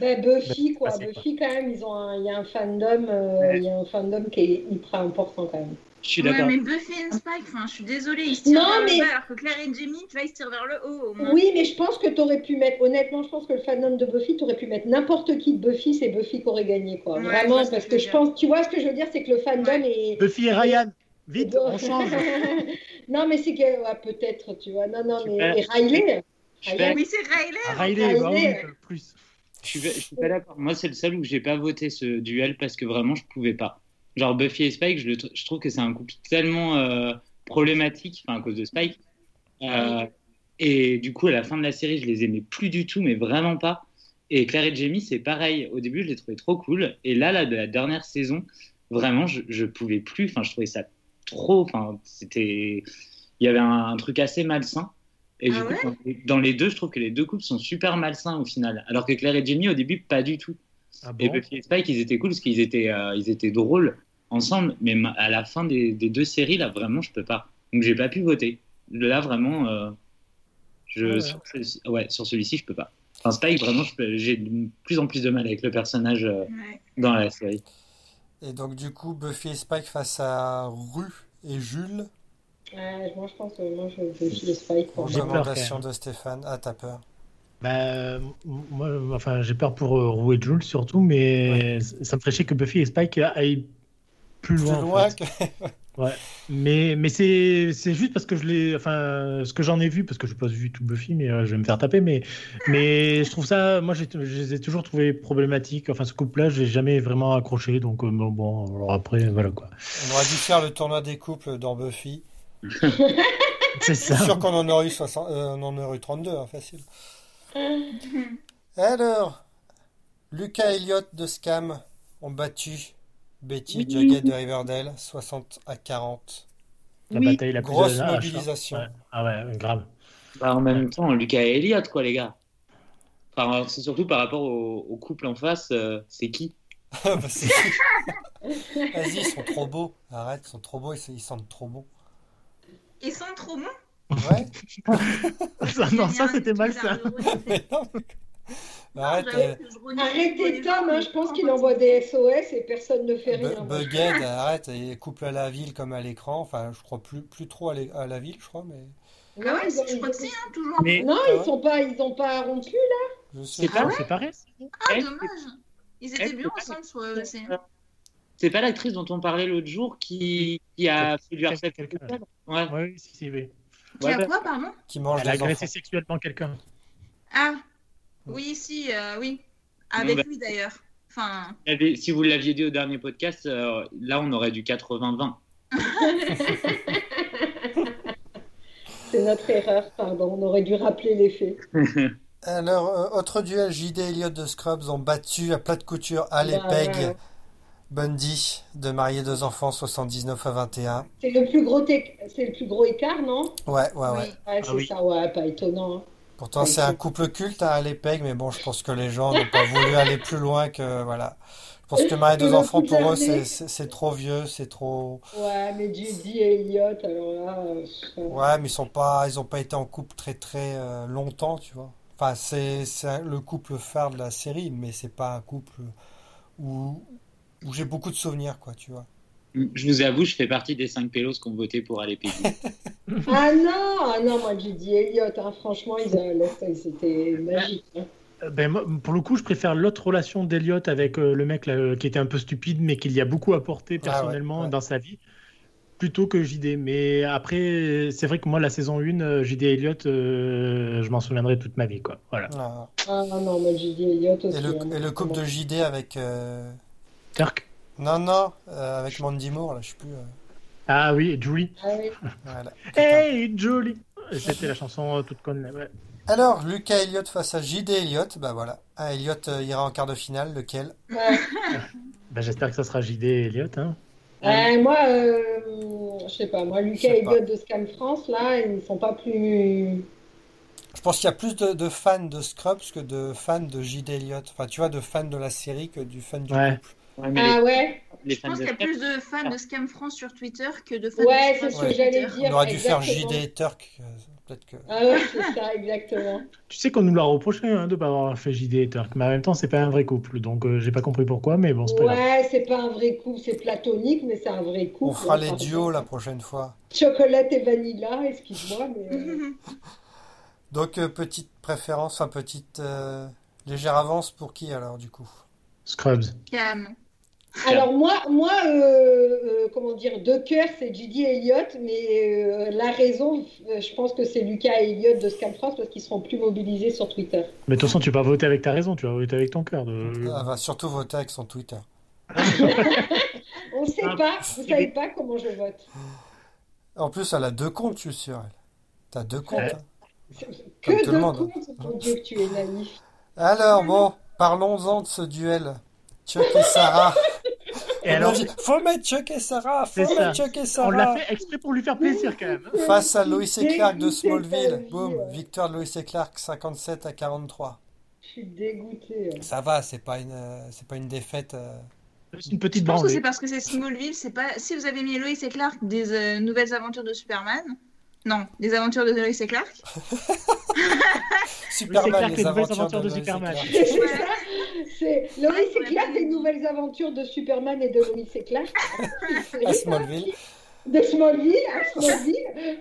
Speaker 5: Ben, Buffy, quoi.
Speaker 7: Ah, c'est
Speaker 5: Buffy, quand même, ils ont un- il y a un fandom, euh,
Speaker 4: Ouais.
Speaker 5: il y a un fandom qui est hyper important, quand même.
Speaker 4: Je suis
Speaker 6: Ouais,
Speaker 4: d'accord.
Speaker 6: mais Buffy et Spike, enfin, je suis désolée, ils se tirent
Speaker 5: Non,
Speaker 6: vers
Speaker 5: mais-
Speaker 6: le bas, alors que Claire et Jamie, tu vois, ils se tirent vers le haut au moins.
Speaker 5: Oui, mais je pense que tu aurais pu mettre, honnêtement, je pense que le fandom de Buffy, tu aurais pu mettre n'importe qui de Buffy, c'est Buffy qui aurait gagné, quoi.
Speaker 6: Ouais, je vois
Speaker 5: Vraiment,
Speaker 6: ce que
Speaker 5: parce
Speaker 6: tu
Speaker 5: que
Speaker 6: veux
Speaker 5: je
Speaker 6: dire.
Speaker 5: pense, tu vois ce que je veux dire, c'est que le fandom est.
Speaker 7: Buffy et Ryan, vite, on change.
Speaker 5: non, mais c'est que, ouais, peut-être, tu vois. Non, non, mais
Speaker 4: Super.
Speaker 5: et Riley,
Speaker 4: Je suis pas-
Speaker 6: Oui, c'est Riley.
Speaker 7: Riley, bah oui,
Speaker 5: Riley.
Speaker 7: euh, plus.
Speaker 4: je suis pas- je suis pas d'accord. Moi, c'est le seul où j'ai pas voté ce duel parce que vraiment, je pouvais pas. Genre Buffy et Spike, je, le tr- je trouve que c'est un couple tellement euh, problématique, enfin à cause de Spike. Euh, et du coup, à la fin de la série, je les aimais plus du tout, mais vraiment pas. Et Claire et Jamie, c'est pareil. Au début, je les trouvais trop cool. Et là, là, de la dernière saison, vraiment, je, je pouvais plus. Enfin, je trouvais ça trop. Enfin, c'était. Il y avait un, un truc assez malsain. Et
Speaker 6: Ah
Speaker 4: du coup, dans les deux, je trouve que les deux couples sont super malsains au final. Alors que Claire et Jamie, au début, pas du tout.
Speaker 7: Ah
Speaker 4: Et
Speaker 7: bon
Speaker 4: Buffy et Spike, ils étaient cool parce qu'ils étaient, euh, ils étaient drôles ensemble. Mais ma- à la fin des, des deux séries, là, vraiment, je peux pas. Donc, j'ai pas pu voter. Là, vraiment, euh, je,
Speaker 7: Ah ouais.
Speaker 4: sur, celui- ouais, sur celui-ci, je peux pas. Enfin, Spike, vraiment, je peux- j'ai de plus en plus de mal avec le personnage euh,
Speaker 6: Ouais.
Speaker 4: dans la série.
Speaker 3: Et donc du coup, Buffy et Spike face à Rue et Jules.
Speaker 5: Ouais, Euh, moi, je pense que moi, je Buffy et Spike. pour
Speaker 7: J'ai peur,
Speaker 5: moi.
Speaker 3: Recommandation
Speaker 7: quand
Speaker 3: de Stéphane. Ah, t'as peur.
Speaker 7: Bah, euh, moi, euh, enfin, j'ai peur pour euh, Roux et Jules surtout, mais ça me ferait chier que Buffy et Spike aillent plus
Speaker 3: Plus
Speaker 7: loin. en
Speaker 3: loin
Speaker 7: fait.
Speaker 3: que.
Speaker 7: Mais, mais c'est c'est juste parce que je l'ai, enfin, ce que j'en ai vu, parce que je n'ai pas vu tout Buffy, mais euh, je vais me faire taper. Mais, mais je trouve ça, moi, j'ai- je les ai toujours trouvés problématiques. Enfin, ce couple-là, je l'ai jamais vraiment accroché. Donc, euh, bon, bon, alors après, voilà quoi.
Speaker 3: On aurait dû faire le tournoi des couples dans Buffy. Je
Speaker 7: C'est
Speaker 3: suis
Speaker 7: ça.
Speaker 3: sûr qu'on en aurait eu 60 euh, on en aurait eu 32, hein, facile. Alors, Lucas Elliott de Scam ont battu Betty
Speaker 4: Oui.
Speaker 3: Jughead de Riverdale, 60 à 40.
Speaker 7: La
Speaker 4: Oui.
Speaker 7: bataille la plus
Speaker 3: Grosse
Speaker 7: hache, hein.
Speaker 3: mobilisation.
Speaker 7: Ouais. Ah ouais, grave.
Speaker 4: Bah, en même temps, Lucas et Elliot, quoi, les gars. Enfin, c'est surtout par rapport au, au couple en face, euh, c'est qui
Speaker 3: Ah, bah, c'est- Vas-y, ils sont trop beaux. Arrête, ils sont trop beaux, ils, ils sentent trop bon.
Speaker 6: Ils sont trop bons.
Speaker 3: Ouais,
Speaker 7: Ça, non, ça, c'était mal ça.
Speaker 3: mais non. mais Arrête, euh,
Speaker 5: Arrêtez Tom, hein, je pense qu'il envoie des SOS et personne ne fait rien.
Speaker 3: Bu- Bughead, arrête, et couple à la ville comme à l'écran. Enfin, je crois plus, plus trop à, l'é- à la ville, je crois, mais
Speaker 5: Non,
Speaker 6: Ah ouais,
Speaker 5: ils ont-
Speaker 6: je crois que si, hein, toujours.
Speaker 4: Mais
Speaker 5: Non,
Speaker 3: Ah ouais.
Speaker 5: ils sont pas, ils ont pas rompu.
Speaker 3: je sais
Speaker 4: C'est
Speaker 3: pas.
Speaker 4: pas
Speaker 7: C'est pareil.
Speaker 6: Ah,
Speaker 4: elle,
Speaker 6: dommage. Ils
Speaker 4: elle,
Speaker 6: étaient bien
Speaker 4: c'est pas-
Speaker 6: ensemble sur euh, c'est-
Speaker 4: c'est pas l'actrice dont on parlait l'autre jour qui, qui a fait du harcèlement
Speaker 7: Quelqu'un.
Speaker 4: sexuel Ouais.
Speaker 7: Oui, si, si, oui.
Speaker 6: Qui
Speaker 4: Ouais,
Speaker 6: a
Speaker 4: bah,
Speaker 6: quoi, pardon
Speaker 3: Qui mange
Speaker 7: Elle a
Speaker 3: des
Speaker 7: agressé
Speaker 3: enfants.
Speaker 7: sexuellement quelqu'un.
Speaker 6: Ah, oui, si, euh, oui.
Speaker 4: bah-
Speaker 6: Avec lui d'ailleurs. Enfin,
Speaker 4: Il y avait- Si vous l'aviez dit au dernier podcast, euh, là, on aurait du 80-20.
Speaker 5: C'est notre erreur, pardon. On aurait dû rappeler les faits.
Speaker 3: Alors, euh, autre duel, JD et Elliott de Scrubs ont battu à plate couture Al et
Speaker 5: Bah,
Speaker 3: Peg
Speaker 5: ouais.
Speaker 3: Bundy de marier deux enfants 79 à 21.
Speaker 5: C'est le plus gros, tec- c'est le plus gros écart, non
Speaker 3: Ouais, ouais,
Speaker 6: oui.
Speaker 3: ouais.
Speaker 5: Ouais, c'est
Speaker 7: oui.
Speaker 5: ça, ouais, pas étonnant. hein.
Speaker 3: Pourtant, c'est un couple culte hein, à Al et Peg, mais bon, je pense que les gens n'ont pas voulu aller plus loin que, voilà. Je pense que marier deux
Speaker 5: Et le
Speaker 3: enfants, pour eux,
Speaker 5: couple
Speaker 3: c'est
Speaker 5: âgé.
Speaker 3: c'est- c'est trop vieux, c'est trop...
Speaker 5: Ouais, mais Judy et Elliot, alors là. euh, ça-
Speaker 3: Ouais, mais ils sont pas, ils ont pas été en couple très très euh, longtemps, tu vois. Enfin, c'est c'est un- le couple phare de la série, mais c'est pas un couple où, où j'ai beaucoup de souvenirs, quoi, tu vois.
Speaker 4: Je vous avoue, je fais partie des 5 pélos qui ont voté pour aller payer.
Speaker 5: Ah non, ah non, moi Judy et Elliot, hein, franchement, ils euh, là, ça, c'était magique. hein.
Speaker 7: Euh, Ben, moi, pour le coup, je préfère l'autre relation d'Eliott avec euh, le mec là, euh, qui était un peu stupide, mais qui lui a beaucoup apporté personnellement
Speaker 3: Ah ouais, ouais.
Speaker 7: dans sa vie, plutôt que JD. Mais après, c'est vrai que moi, la saison 1, euh, JD et Elliott, euh, je m'en souviendrai toute ma vie. Quoi. Voilà.
Speaker 3: Voilà.
Speaker 5: Ah non, moi Judy et Elliot aussi.
Speaker 3: Et le,
Speaker 5: hein,
Speaker 3: et le couple de JD avec euh,
Speaker 7: Turk
Speaker 3: non non euh, avec Mandy Moore là, je sais plus. euh,
Speaker 7: Ah oui, et Julie.
Speaker 5: Ah oui.
Speaker 3: voilà.
Speaker 7: Hey, Julie C'était la chanson euh, toute conne. là, ouais.
Speaker 3: Alors Lucas Elliott face à JD Elliott, bah voilà. Ah, Elliott euh, ira en quart de finale, lequel?
Speaker 5: Ouais.
Speaker 7: Ben, J'espère que ça sera JD et Elliott. hein.
Speaker 5: Ouais, moi, euh, je sais pas, moi, Lucas
Speaker 3: Je sais
Speaker 5: et Elliot de Scam France, là, ils ne sont pas plus.
Speaker 3: Je pense qu'il y a plus de, de fans de Scrubs que de fans de JD Elliott. Enfin, tu vois, de fans de la série que du fan du
Speaker 7: Ouais.
Speaker 3: couple.
Speaker 4: Ouais, mais
Speaker 5: Ah ouais?
Speaker 4: les, les
Speaker 6: je
Speaker 4: fans
Speaker 6: pense
Speaker 4: de
Speaker 6: qu'il y a
Speaker 4: Scrubs,
Speaker 6: plus de Ah. fans de Scam France sur Twitter que de fans
Speaker 5: Ouais,
Speaker 6: de
Speaker 5: c'est
Speaker 6: Scrubs
Speaker 5: ce
Speaker 6: sur
Speaker 5: que j'allais
Speaker 6: Twitter.
Speaker 5: dire.
Speaker 3: On aurait dû faire
Speaker 5: exactement.
Speaker 3: JD Turk. euh, Peut-être que.
Speaker 5: Ah ouais, c'est ça, exactement.
Speaker 7: Tu sais qu'on nous l'a reproché hein, de ne pas avoir fait JD et Turk, mais en même temps, c'est pas un vrai couple. Donc, euh, j'ai pas compris pourquoi, mais bon, c'est pas grave.
Speaker 5: Ouais, c'est pas un vrai couple, c'est platonique, mais c'est un vrai couple.
Speaker 3: On fera
Speaker 5: hein,
Speaker 3: les
Speaker 5: pardon.
Speaker 3: duos la prochaine fois.
Speaker 5: Chocolat et vanilla, excuse-moi, mais. euh,
Speaker 3: Donc, euh, petite préférence, enfin, petite euh, légère avance pour qui alors, du coup?
Speaker 7: Scrubs.
Speaker 6: Cam.
Speaker 5: Alors moi, moi euh, euh, comment dire, de cœur, c'est Judy et Elliott, mais euh, la raison, euh, je pense que c'est Lucas et Elliott de Scam France parce qu'ils seront plus mobilisés sur Twitter.
Speaker 7: Mais de toute façon, tu vas pas voter avec ta raison, tu vas voter avec ton cœur. de-
Speaker 3: Elle va Ah, bah, surtout voter avec son Twitter.
Speaker 5: On ne sait
Speaker 4: Ah,
Speaker 5: pas, vous savez pas comment je vote.
Speaker 3: En plus, elle a deux comptes, je suis sûr. elle. T'as deux comptes.
Speaker 7: Ouais.
Speaker 3: hein. Comme
Speaker 5: Que
Speaker 3: tout le
Speaker 5: de
Speaker 3: monde. hein.
Speaker 5: comptes, mon Dieu, que tu es naïf.
Speaker 3: Alors, bon, parlons-en de ce duel. Chuck et Sarah.
Speaker 7: Et alors,
Speaker 3: Imagine- Faut mettre Chuck et Sarah. Faut
Speaker 7: C'est ça.
Speaker 3: mettre Chuck et
Speaker 7: on l'a
Speaker 3: Sarah.
Speaker 7: fait exprès pour lui faire plaisir quand même. hein.
Speaker 3: Face à Lois et Clark de
Speaker 5: Dégoûtée par
Speaker 3: Smallville.
Speaker 5: lui,
Speaker 3: Boum.
Speaker 5: ouais.
Speaker 3: Victoire de Lois et Clark, 57 à 43.
Speaker 5: Je suis dégoûtée. hein. ouais.
Speaker 3: Ça va, c'est pas une, euh, c'est pas une défaite. euh,
Speaker 7: C'est une petite
Speaker 6: Je pense que c'est
Speaker 7: branlée.
Speaker 6: parce que c'est Smallville. C'est pas. Si vous avez mis Lois et Clark des euh, nouvelles aventures de Superman. Non, des aventures de Lois et Clark.
Speaker 3: Superman,
Speaker 7: Clark,
Speaker 3: les
Speaker 7: les nouvelles
Speaker 3: aventures,
Speaker 7: aventures
Speaker 3: de,
Speaker 7: de
Speaker 3: Lois et
Speaker 7: Superman.
Speaker 3: Clark.
Speaker 5: C'est ça, c'est Lois
Speaker 6: Ah,
Speaker 5: et
Speaker 6: ouais.
Speaker 5: Clark, les nouvelles aventures de Superman et de Lois et Clark.
Speaker 3: À Smallville.
Speaker 5: De Smallville à Smallville.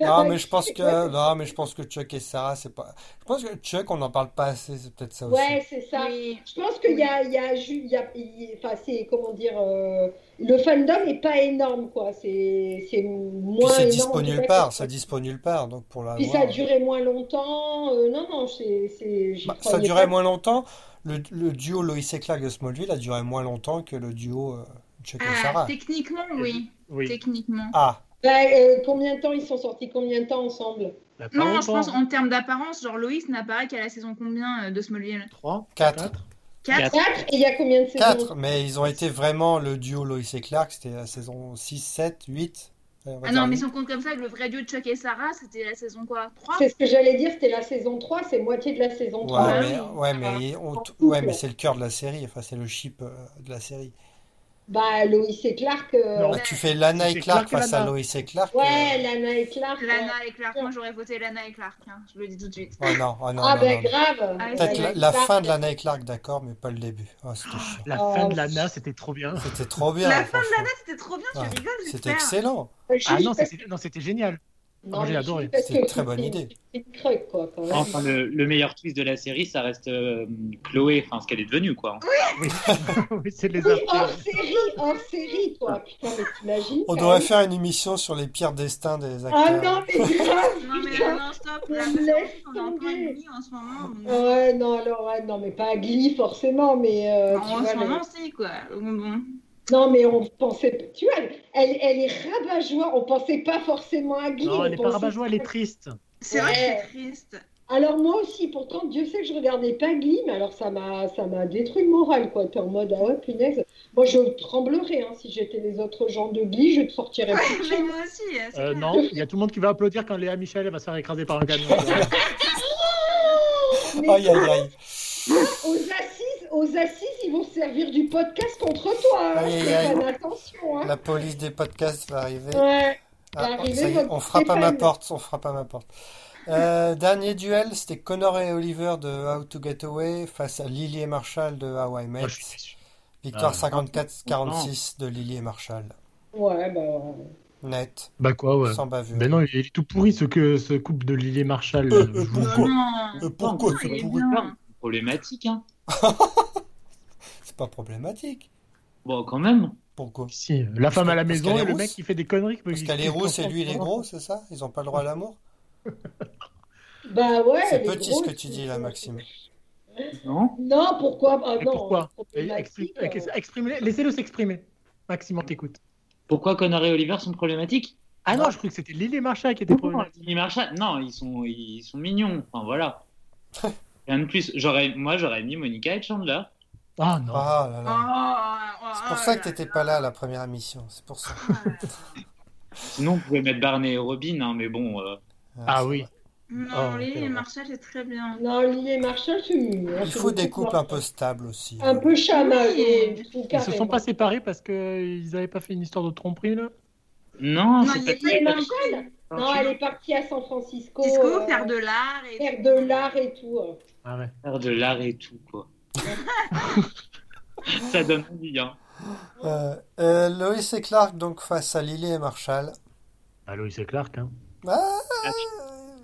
Speaker 3: Non, mais je pense que non, mais je pense que Chuck et Sarah, c'est pas. Je pense que Chuck, on n'en parle pas assez. C'est peut-être ça aussi.
Speaker 5: Ouais, c'est ça.
Speaker 6: Oui.
Speaker 5: Je pense qu'il y a, il y a, ju- il y a- il- enfin, c'est comment dire, euh, le fandom n'est pas énorme, quoi. C'est, c'est
Speaker 3: Puis
Speaker 5: moins
Speaker 3: c'est
Speaker 5: énorme.
Speaker 3: dispo
Speaker 5: en tout
Speaker 3: nulle
Speaker 5: cas,
Speaker 3: part.
Speaker 5: que-
Speaker 3: Ça dispo nulle part. Donc pour la.
Speaker 5: Puis ça a duré moins longtemps. euh, non, non, c'est, c'est. j'y
Speaker 3: Bah, ça
Speaker 5: croyais
Speaker 3: durait
Speaker 5: pas.
Speaker 3: moins longtemps. Le, le duo Lois et Clark de Smallville a duré moins longtemps que le duo euh, Chuck et
Speaker 6: Ah,
Speaker 3: Sarah.
Speaker 6: techniquement, oui.
Speaker 7: Oui.
Speaker 6: Techniquement.
Speaker 3: Ah,
Speaker 5: Bah, euh, combien de temps ils sont sortis Combien de temps ensemble
Speaker 7: Bah, pas
Speaker 6: Non, je
Speaker 7: longtemps.
Speaker 6: pense en termes d'apparence, genre Lois n'apparaît qu'à la saison combien euh, de Smallville
Speaker 7: Trois,
Speaker 3: Quatre.
Speaker 7: quatre.
Speaker 6: 4
Speaker 5: Quatre. Et il y a combien de saisons
Speaker 3: quatre. Mais ils ont été vraiment le duo Lois et Clark. C'était la saison 6, 7, 8. on va
Speaker 6: Ah
Speaker 3: dire
Speaker 6: non, mais
Speaker 3: huit.
Speaker 6: si on compte comme ça, le vrai duo de Chuck et Sarah, c'était la saison quoi 3
Speaker 5: C'est ce que j'allais dire, c'était la saison 3, c'est moitié de la saison hein. 3.
Speaker 3: Ouais,
Speaker 6: Ah
Speaker 3: mais,
Speaker 6: oui.
Speaker 3: ouais, mais, on-
Speaker 5: en
Speaker 3: t-
Speaker 5: couple.
Speaker 3: ouais, mais c'est le cœur de la série, enfin c'est le chip euh, de la série.
Speaker 5: Bah, Lois et Clark. euh,
Speaker 7: Non.
Speaker 3: Bah, tu fais Lana et
Speaker 7: C'est
Speaker 3: Clark
Speaker 7: Clark et
Speaker 3: face à
Speaker 7: Lana.
Speaker 3: Lois et Clark. euh,
Speaker 5: Ouais, Lana et Clark. hein.
Speaker 6: Lana et Clark. Moi, j'aurais voté Lana et Clark. hein. Je le dis tout de suite.
Speaker 3: euh, Oh non, oh non,
Speaker 5: Ah,
Speaker 3: non,
Speaker 5: bah,
Speaker 3: non.
Speaker 5: grave. Bah,
Speaker 6: Ah,
Speaker 3: Peut-être
Speaker 6: c'est
Speaker 3: la,
Speaker 5: Lana et
Speaker 3: la
Speaker 5: Clark.
Speaker 3: fin de Lana et Clark, d'accord, mais pas le début. Oh, c'était chiant.
Speaker 7: La
Speaker 5: Oh.
Speaker 7: fin de Lana, c'était trop bien.
Speaker 3: C'était trop bien.
Speaker 6: La fin de
Speaker 3: franchement.
Speaker 6: Lana, c'était trop bien. Tu
Speaker 3: Ouais,
Speaker 6: rigoles,
Speaker 3: C'était
Speaker 6: j'espère.
Speaker 3: excellent.
Speaker 7: Ah non, c'était non, c'était génial.
Speaker 5: Non,
Speaker 7: Moi, j'ai
Speaker 5: mais
Speaker 7: adoré.
Speaker 5: juste parce
Speaker 3: C'était une
Speaker 5: que
Speaker 3: très bonne
Speaker 5: c'est-
Speaker 3: idée.
Speaker 5: C'est une croque, quoi, quand même.
Speaker 4: Enfin, le, le meilleur twist de la série, ça reste euh, Chloé, enfin, ce qu'elle est devenue, quoi.
Speaker 7: Oui, Oui, c'est les
Speaker 5: Oui,
Speaker 7: affaires.
Speaker 5: hors série, hors série, toi. Putain, mais t'imagines
Speaker 3: On
Speaker 5: quand
Speaker 3: devrait
Speaker 5: même.
Speaker 3: faire une émission sur les pires destins des acteurs.
Speaker 5: Ah Eh non, mais grave,
Speaker 6: Non, mais
Speaker 5: putain.
Speaker 6: non, stop. Là,
Speaker 5: Mais
Speaker 6: parce qu'en plus,
Speaker 5: laisse
Speaker 6: on est en plein
Speaker 5: tomber. Euh,
Speaker 6: nuit en ce moment. On-
Speaker 5: Ouais, non, alors, ouais, non, mais pas à Glee, forcément, mais. euh,
Speaker 6: en
Speaker 5: tu
Speaker 6: ce
Speaker 5: vois, le-
Speaker 6: moment, c'est quoi. Bon, bon.
Speaker 5: Non, mais on pensait. Tu vois, elle, elle est rabat-joie. On pensait pas forcément à Glee.
Speaker 7: Non,
Speaker 5: on
Speaker 7: elle est pas
Speaker 5: pensait-
Speaker 7: rabat-joie, elle est triste.
Speaker 6: C'est vrai que
Speaker 5: Ouais.
Speaker 6: c'est triste.
Speaker 5: Alors, moi aussi, pourtant, Dieu sait que je regardais pas Glee, mais alors ça m'a ça m'a détruit le moral, quoi. T'es en mode, ah ouais, punaise. Moi, je tremblerais, hein, si j'étais les autres gens de Glee, je te sortirais pas. de chez
Speaker 6: Mais
Speaker 5: moi.
Speaker 6: moi aussi. hein, c'est
Speaker 7: Euh,
Speaker 6: clair.
Speaker 7: non, il y a tout le monde qui va applaudir quand Léa Michel elle va se faire écraser par un camion.
Speaker 5: Mais
Speaker 3: Aïe, aïe, aïe.
Speaker 5: aux assises, aux assises, ils vont se servir du podcast contre toi. Hein,
Speaker 3: Aïe, aïe, aïe.
Speaker 5: Stéphane, attention. Hein.
Speaker 3: La police des podcasts va arriver.
Speaker 5: Ouais.
Speaker 3: Ah,
Speaker 5: va arriver
Speaker 3: ça y est,
Speaker 5: votre
Speaker 3: on frappe à ma
Speaker 5: Stéphane.
Speaker 3: porte, on frappe à ma porte. Euh, dernier duel, c'était Connor et Oliver de How to Get Away face à Lily et Marshall de How I Met.
Speaker 7: Moi, Ah, je suis déçu.
Speaker 3: Victoire
Speaker 7: Ah.
Speaker 3: 54-46 de Lily et Marshall.
Speaker 5: Ouais, bah. ouais.
Speaker 3: Net,
Speaker 7: Bah quoi, ouais.
Speaker 3: sans bavure.
Speaker 7: Ben non, il est tout pourri ce, que, ce couple de Lily et Marshall. là,
Speaker 3: Euh, euh,
Speaker 7: je
Speaker 6: Ah,
Speaker 7: vous-
Speaker 3: pourquoi
Speaker 6: Oh, Non.
Speaker 3: Euh, pourquoi
Speaker 6: Non,
Speaker 3: c'est
Speaker 6: il est
Speaker 3: pourri
Speaker 6: bien.
Speaker 4: Problématique, hein.
Speaker 3: C'est pas problématique.
Speaker 4: Bon, quand même.
Speaker 3: Pourquoi
Speaker 7: Si, la femme à la
Speaker 3: Parce
Speaker 7: maison
Speaker 3: qu'elle est
Speaker 7: et le
Speaker 3: rousse.
Speaker 7: mec qui fait des conneries.
Speaker 3: Parce qu'elle est rousse et lui il est gros, c'est ça Ils ont pas le droit à l'amour
Speaker 5: Bah ouais.
Speaker 3: C'est
Speaker 5: les
Speaker 3: petit
Speaker 5: gros,
Speaker 3: ce que tu
Speaker 5: c'est-
Speaker 3: dis là, Maxime.
Speaker 4: Non
Speaker 5: Non, pourquoi Ah
Speaker 7: Et
Speaker 5: non,
Speaker 7: pourquoi
Speaker 5: c'est
Speaker 7: Et exprime-
Speaker 5: problématique, euh.
Speaker 7: exprime- Laissez-le s'exprimer. Maxime, on t'écoute.
Speaker 4: Pourquoi Connor et Oliver sont problématiques
Speaker 7: Ah non, je crois que c'était Lily et Marshall qui était problématique.
Speaker 4: Lily Marshall Non, ils sont, ils sont mignons. Enfin, voilà. Rien de plus. J'aurais, moi, j'aurais mis Monica et Chandler.
Speaker 7: Ah non.
Speaker 3: Ah là
Speaker 6: Oh,
Speaker 3: là.
Speaker 6: oh,
Speaker 3: C'est pour
Speaker 6: oh
Speaker 3: ça que
Speaker 6: là
Speaker 3: t'étais
Speaker 6: là.
Speaker 3: pas là à la première émission. C'est pour ça.
Speaker 4: Sinon, on pouvait mettre Barney et Robin, hein, mais bon. euh,
Speaker 7: Ah
Speaker 3: c'est
Speaker 7: oui.
Speaker 3: vrai.
Speaker 6: Non,
Speaker 7: Oh, quelle
Speaker 6: les
Speaker 7: horreur.
Speaker 6: Marshall est très bien.
Speaker 5: Non, Lily et Marshall, c'est mieux. hein,
Speaker 3: Il
Speaker 5: c'est
Speaker 3: faut des
Speaker 5: beaucoup
Speaker 3: couples
Speaker 5: moins-
Speaker 3: un peu stables aussi.
Speaker 5: Un peu euh,
Speaker 6: Oui.
Speaker 5: chamaillés.
Speaker 7: Ils se sont pas séparés parce qu'ils n'avaient pas fait une histoire de tromperie là
Speaker 4: Non,
Speaker 6: Non,
Speaker 4: c'est
Speaker 6: il
Speaker 4: pas-
Speaker 6: y a pas
Speaker 5: Et
Speaker 6: eu
Speaker 5: Marshall
Speaker 4: pas-
Speaker 5: Non, elle est partie à San Francisco.
Speaker 6: Disco,
Speaker 5: euh,
Speaker 6: faire de l'art et
Speaker 5: faire de l'art et tout. euh.
Speaker 7: Ah ouais.
Speaker 4: faire de l'art et tout, quoi. ça donne envie, hein.
Speaker 3: Euh, euh, Lois et Clark donc face à Lily et Marshall. Bah,
Speaker 7: Ah, Lois et Clark. Hein.
Speaker 3: Ah,